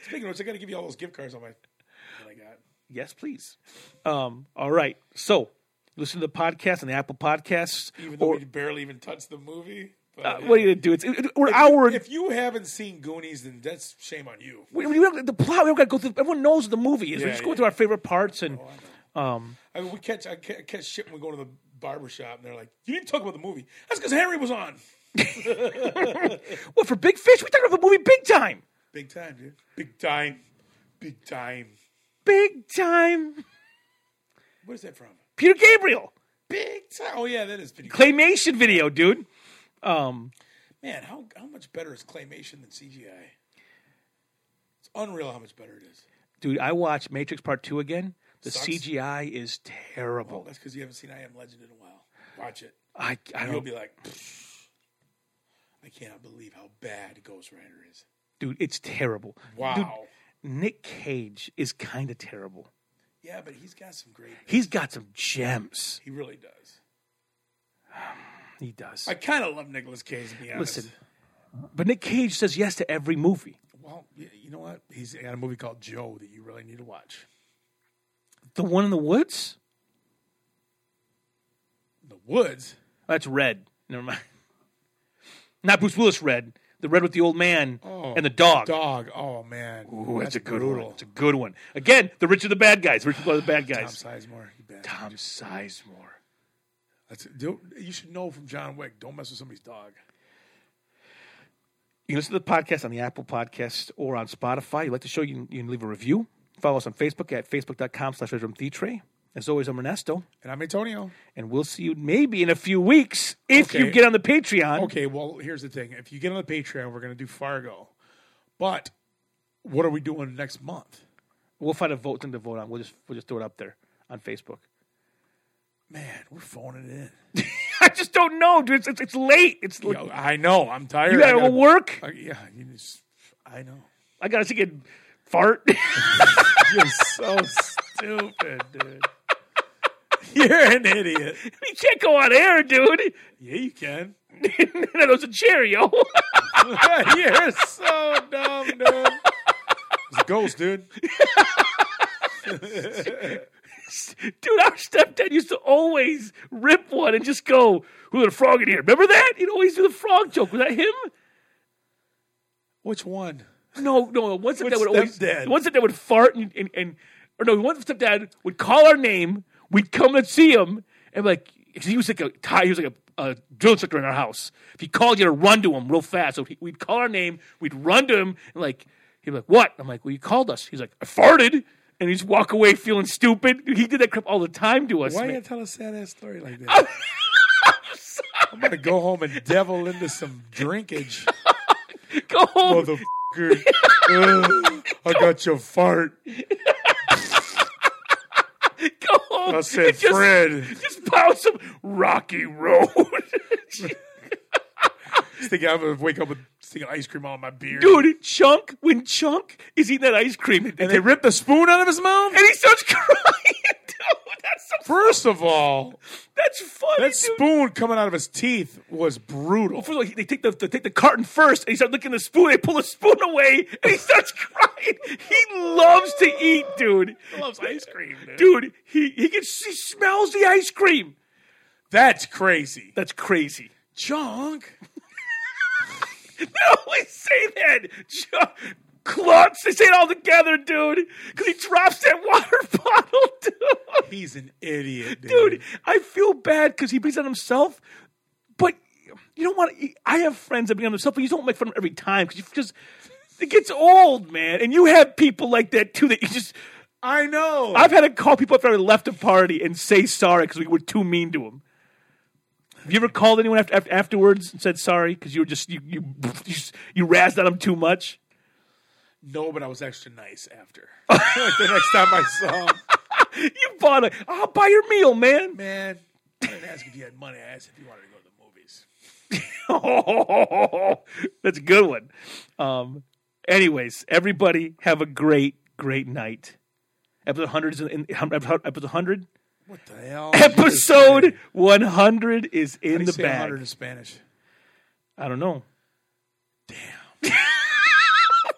Speaker 3: Speaking of which, I got to give you all those gift cards on my. That I got.
Speaker 1: Yes, please. Um, all right. So listen to the podcast on the Apple Podcasts.
Speaker 3: Even though
Speaker 1: Or,
Speaker 3: we barely even touched the movie. But,
Speaker 1: uh, what are you gonna do? It's it, we're our.
Speaker 3: If you haven't seen Goonies, then that's shame on you.
Speaker 1: we, we don't, the plot. We don't got to go through. Everyone knows what the movie is. we
Speaker 3: Yeah,
Speaker 1: just go
Speaker 3: yeah. Oh,
Speaker 1: through our favorite parts and.
Speaker 3: I mean, we catch I ca- catch shit when we go to the barber shop, and they're like, "You didn't talk about the movie." That's because Henry was on.
Speaker 1: Well, for Big Fish, we talking about the movie Big Time.
Speaker 3: Big time, dude. Big time. Big time.
Speaker 1: Big Time.
Speaker 3: Where's that from?
Speaker 1: Peter Gabriel
Speaker 3: Big time. Oh yeah, that is pretty.
Speaker 1: claymation video, dude. Um,
Speaker 3: Man, how how much better is claymation than CGI? It's unreal how much better it is.
Speaker 1: dude, I watched Matrix Part Two again. The
Speaker 3: Sucks. Oh,
Speaker 1: CGI is terrible.
Speaker 3: That's because you haven't seen I Am Legend in a while. Watch it.
Speaker 1: I, I
Speaker 3: You'll
Speaker 1: don't,
Speaker 3: be like, I cannot believe how bad Ghost Rider is.
Speaker 1: dude, it's terrible.
Speaker 3: Wow.
Speaker 1: Nick Cage is kind of terrible.
Speaker 3: Yeah, but he's got some great.
Speaker 1: He's got some gems.
Speaker 3: He really does.
Speaker 1: He does.
Speaker 3: I kind of love Nicolas Cage. To be honest.
Speaker 1: Listen, but Nick Cage says yes to every movie.
Speaker 3: Well, y- you know what? He's got a movie called Joe that you really need to watch.
Speaker 1: The one in the woods?
Speaker 3: The Woods.
Speaker 1: Oh, That's red. Never mind. Not Bruce Willis red. The red with the old man and the dog.
Speaker 3: Dog. Oh man.
Speaker 1: Ooh, that's, a good
Speaker 3: brutal.
Speaker 1: one. It's a good one. Again, the rich are the bad guys. Rich people are the bad
Speaker 3: Tom
Speaker 1: guys.
Speaker 3: Sizemore. You bet.
Speaker 1: Tom Sizemore.
Speaker 3: That's, do, you should know from John Wick. Don't mess with somebody's dog.
Speaker 1: You can listen to the podcast on the Apple Podcast or on Spotify. You like the show, you can, you can leave a review. Follow us on Facebook at facebook.com slash Red Room Theatre. As always, I'm Ernesto.
Speaker 3: And I'm Antonio.
Speaker 1: and we'll see you maybe in a few weeks if you
Speaker 3: Okay.
Speaker 1: get on the Patreon.
Speaker 3: Okay, well, here's the thing. If you get on the Patreon, we're going to do Fargo. But what are we doing next month?
Speaker 1: We'll find a vote thing to vote on. We'll just we'll just throw it up there on Facebook.
Speaker 3: Man, we're phoning it in.
Speaker 1: I just don't know, dude. It's, it's, it's late. It's
Speaker 3: You know, I know. I'm tired.
Speaker 1: you gotta
Speaker 3: I
Speaker 1: go work.
Speaker 3: I- yeah, you just, I know.
Speaker 1: I gotta take a fart.
Speaker 3: You're so stupid, dude. You're an idiot.
Speaker 1: you can't go on air, dude.
Speaker 3: Yeah, you can.
Speaker 1: that was a Cheerio.
Speaker 3: You're so dumb, dude. It's a ghost, dude.
Speaker 1: dude, our stepdad used to always rip one and just go, "Who's the frog in here?" Remember that? He'd always do the frog joke. Was that him?
Speaker 3: Which one?
Speaker 1: No, no. One stepdad would always.
Speaker 3: stepdad?
Speaker 1: One stepdad would fart and, and and or no. One stepdad would call our name. We'd come and see him, and like 'cause he was like a tie. He was like a, a drill instructor in our house. If he called you to run to him real fast, so he, we'd call our name. We'd run to him, and like he'd be like, "What?" I'm like, "Well, you called us." He's like, "I farted." And he'd just walk away feeling stupid. Dude, He did that crap all the time to us.
Speaker 3: Why
Speaker 1: man.
Speaker 3: you gotta tell a sad ass story like that? I'm gonna go home and devil into some drinkage.
Speaker 1: Go home.
Speaker 3: Motherfucker. Ugh, I got your fart.
Speaker 1: go home.
Speaker 3: I said,
Speaker 1: Just-
Speaker 3: Fred.
Speaker 1: Just bounce some rocky road.
Speaker 3: Just thinking I'm gonna wake up with sticking ice cream all in my beard.
Speaker 1: Dude, Chunk, when Chunk is eating that ice cream, and,
Speaker 3: and they ripped the spoon out of his mouth?
Speaker 1: and he starts crying, dude. That's so
Speaker 3: First of all,
Speaker 1: That's funny,
Speaker 3: that
Speaker 1: dude.
Speaker 3: spoon coming out of his teeth was brutal.
Speaker 1: First of all, he- they take the they take the carton first, and he starts looking at the spoon. They pull the spoon away, and he starts crying. He loves to eat, dude.
Speaker 3: He loves ice cream, dude.
Speaker 1: Dude, he he gets he smells the ice cream.
Speaker 3: That's crazy.
Speaker 1: That's crazy.
Speaker 3: Junk.
Speaker 1: They always say that. Ju- Klutz, they say it all together, dude. Because he drops that water bottle, dude.
Speaker 3: He's an idiot, dude.
Speaker 1: dude. I feel bad because he brings it on himself, but you don't want. to I have friends that bring it on themselves, but you don't make fun of them every time because you just it gets old, man. And you have people like that too that you just.
Speaker 3: I know.
Speaker 1: I've had to call people after I left a party and say sorry because we were too mean to them. Have you ever called anyone after, after afterwards and said sorry because you were just you you you, s- you razzed on them too much?
Speaker 3: no, but I was extra nice after. the next time I saw him,
Speaker 1: You bought a. I'll buy your meal, man.
Speaker 3: man, I didn't ask if you had money. I asked if you wanted to go to the movies.
Speaker 1: That's a good one. Um, anyways, everybody have a great great night. Episode hundred is in, in hum- episode hundred.
Speaker 3: What the hell?
Speaker 1: Episode one hundred is in the
Speaker 3: Say
Speaker 1: bag.
Speaker 3: 100 in Spanish.
Speaker 1: I don't know. Damn.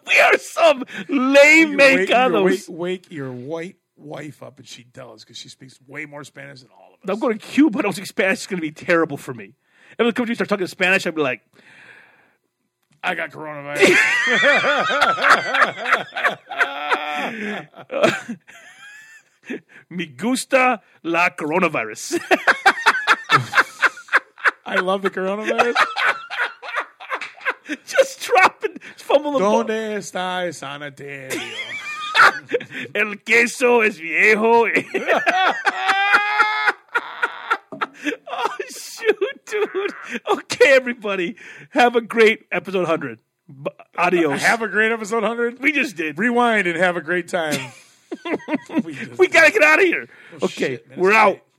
Speaker 1: we are some lame
Speaker 3: wake, your, wake,
Speaker 1: mancados.
Speaker 3: wake your white wife up and she tells because she speaks way more Spanish than all of us.
Speaker 1: I'm going to Cuba. I don't think Spanish is going to be terrible for me. Every time you start talking Spanish, I'd be like,
Speaker 3: I got coronavirus.
Speaker 1: me gusta la coronavirus.
Speaker 3: I love the coronavirus.
Speaker 1: Just dropping, fumbling the
Speaker 3: Donde está el sanitario?
Speaker 1: ball. El queso es viejo. oh, shoot, dude. Okay, everybody. Have a great episode 100. B- Adios.
Speaker 3: Have a great episode 100.
Speaker 1: we just did.
Speaker 3: Rewind and have a great time. we just
Speaker 1: We gotta get out of here. okay,
Speaker 3: Oh, shit, man,
Speaker 1: we're
Speaker 3: it's
Speaker 1: out.
Speaker 3: late.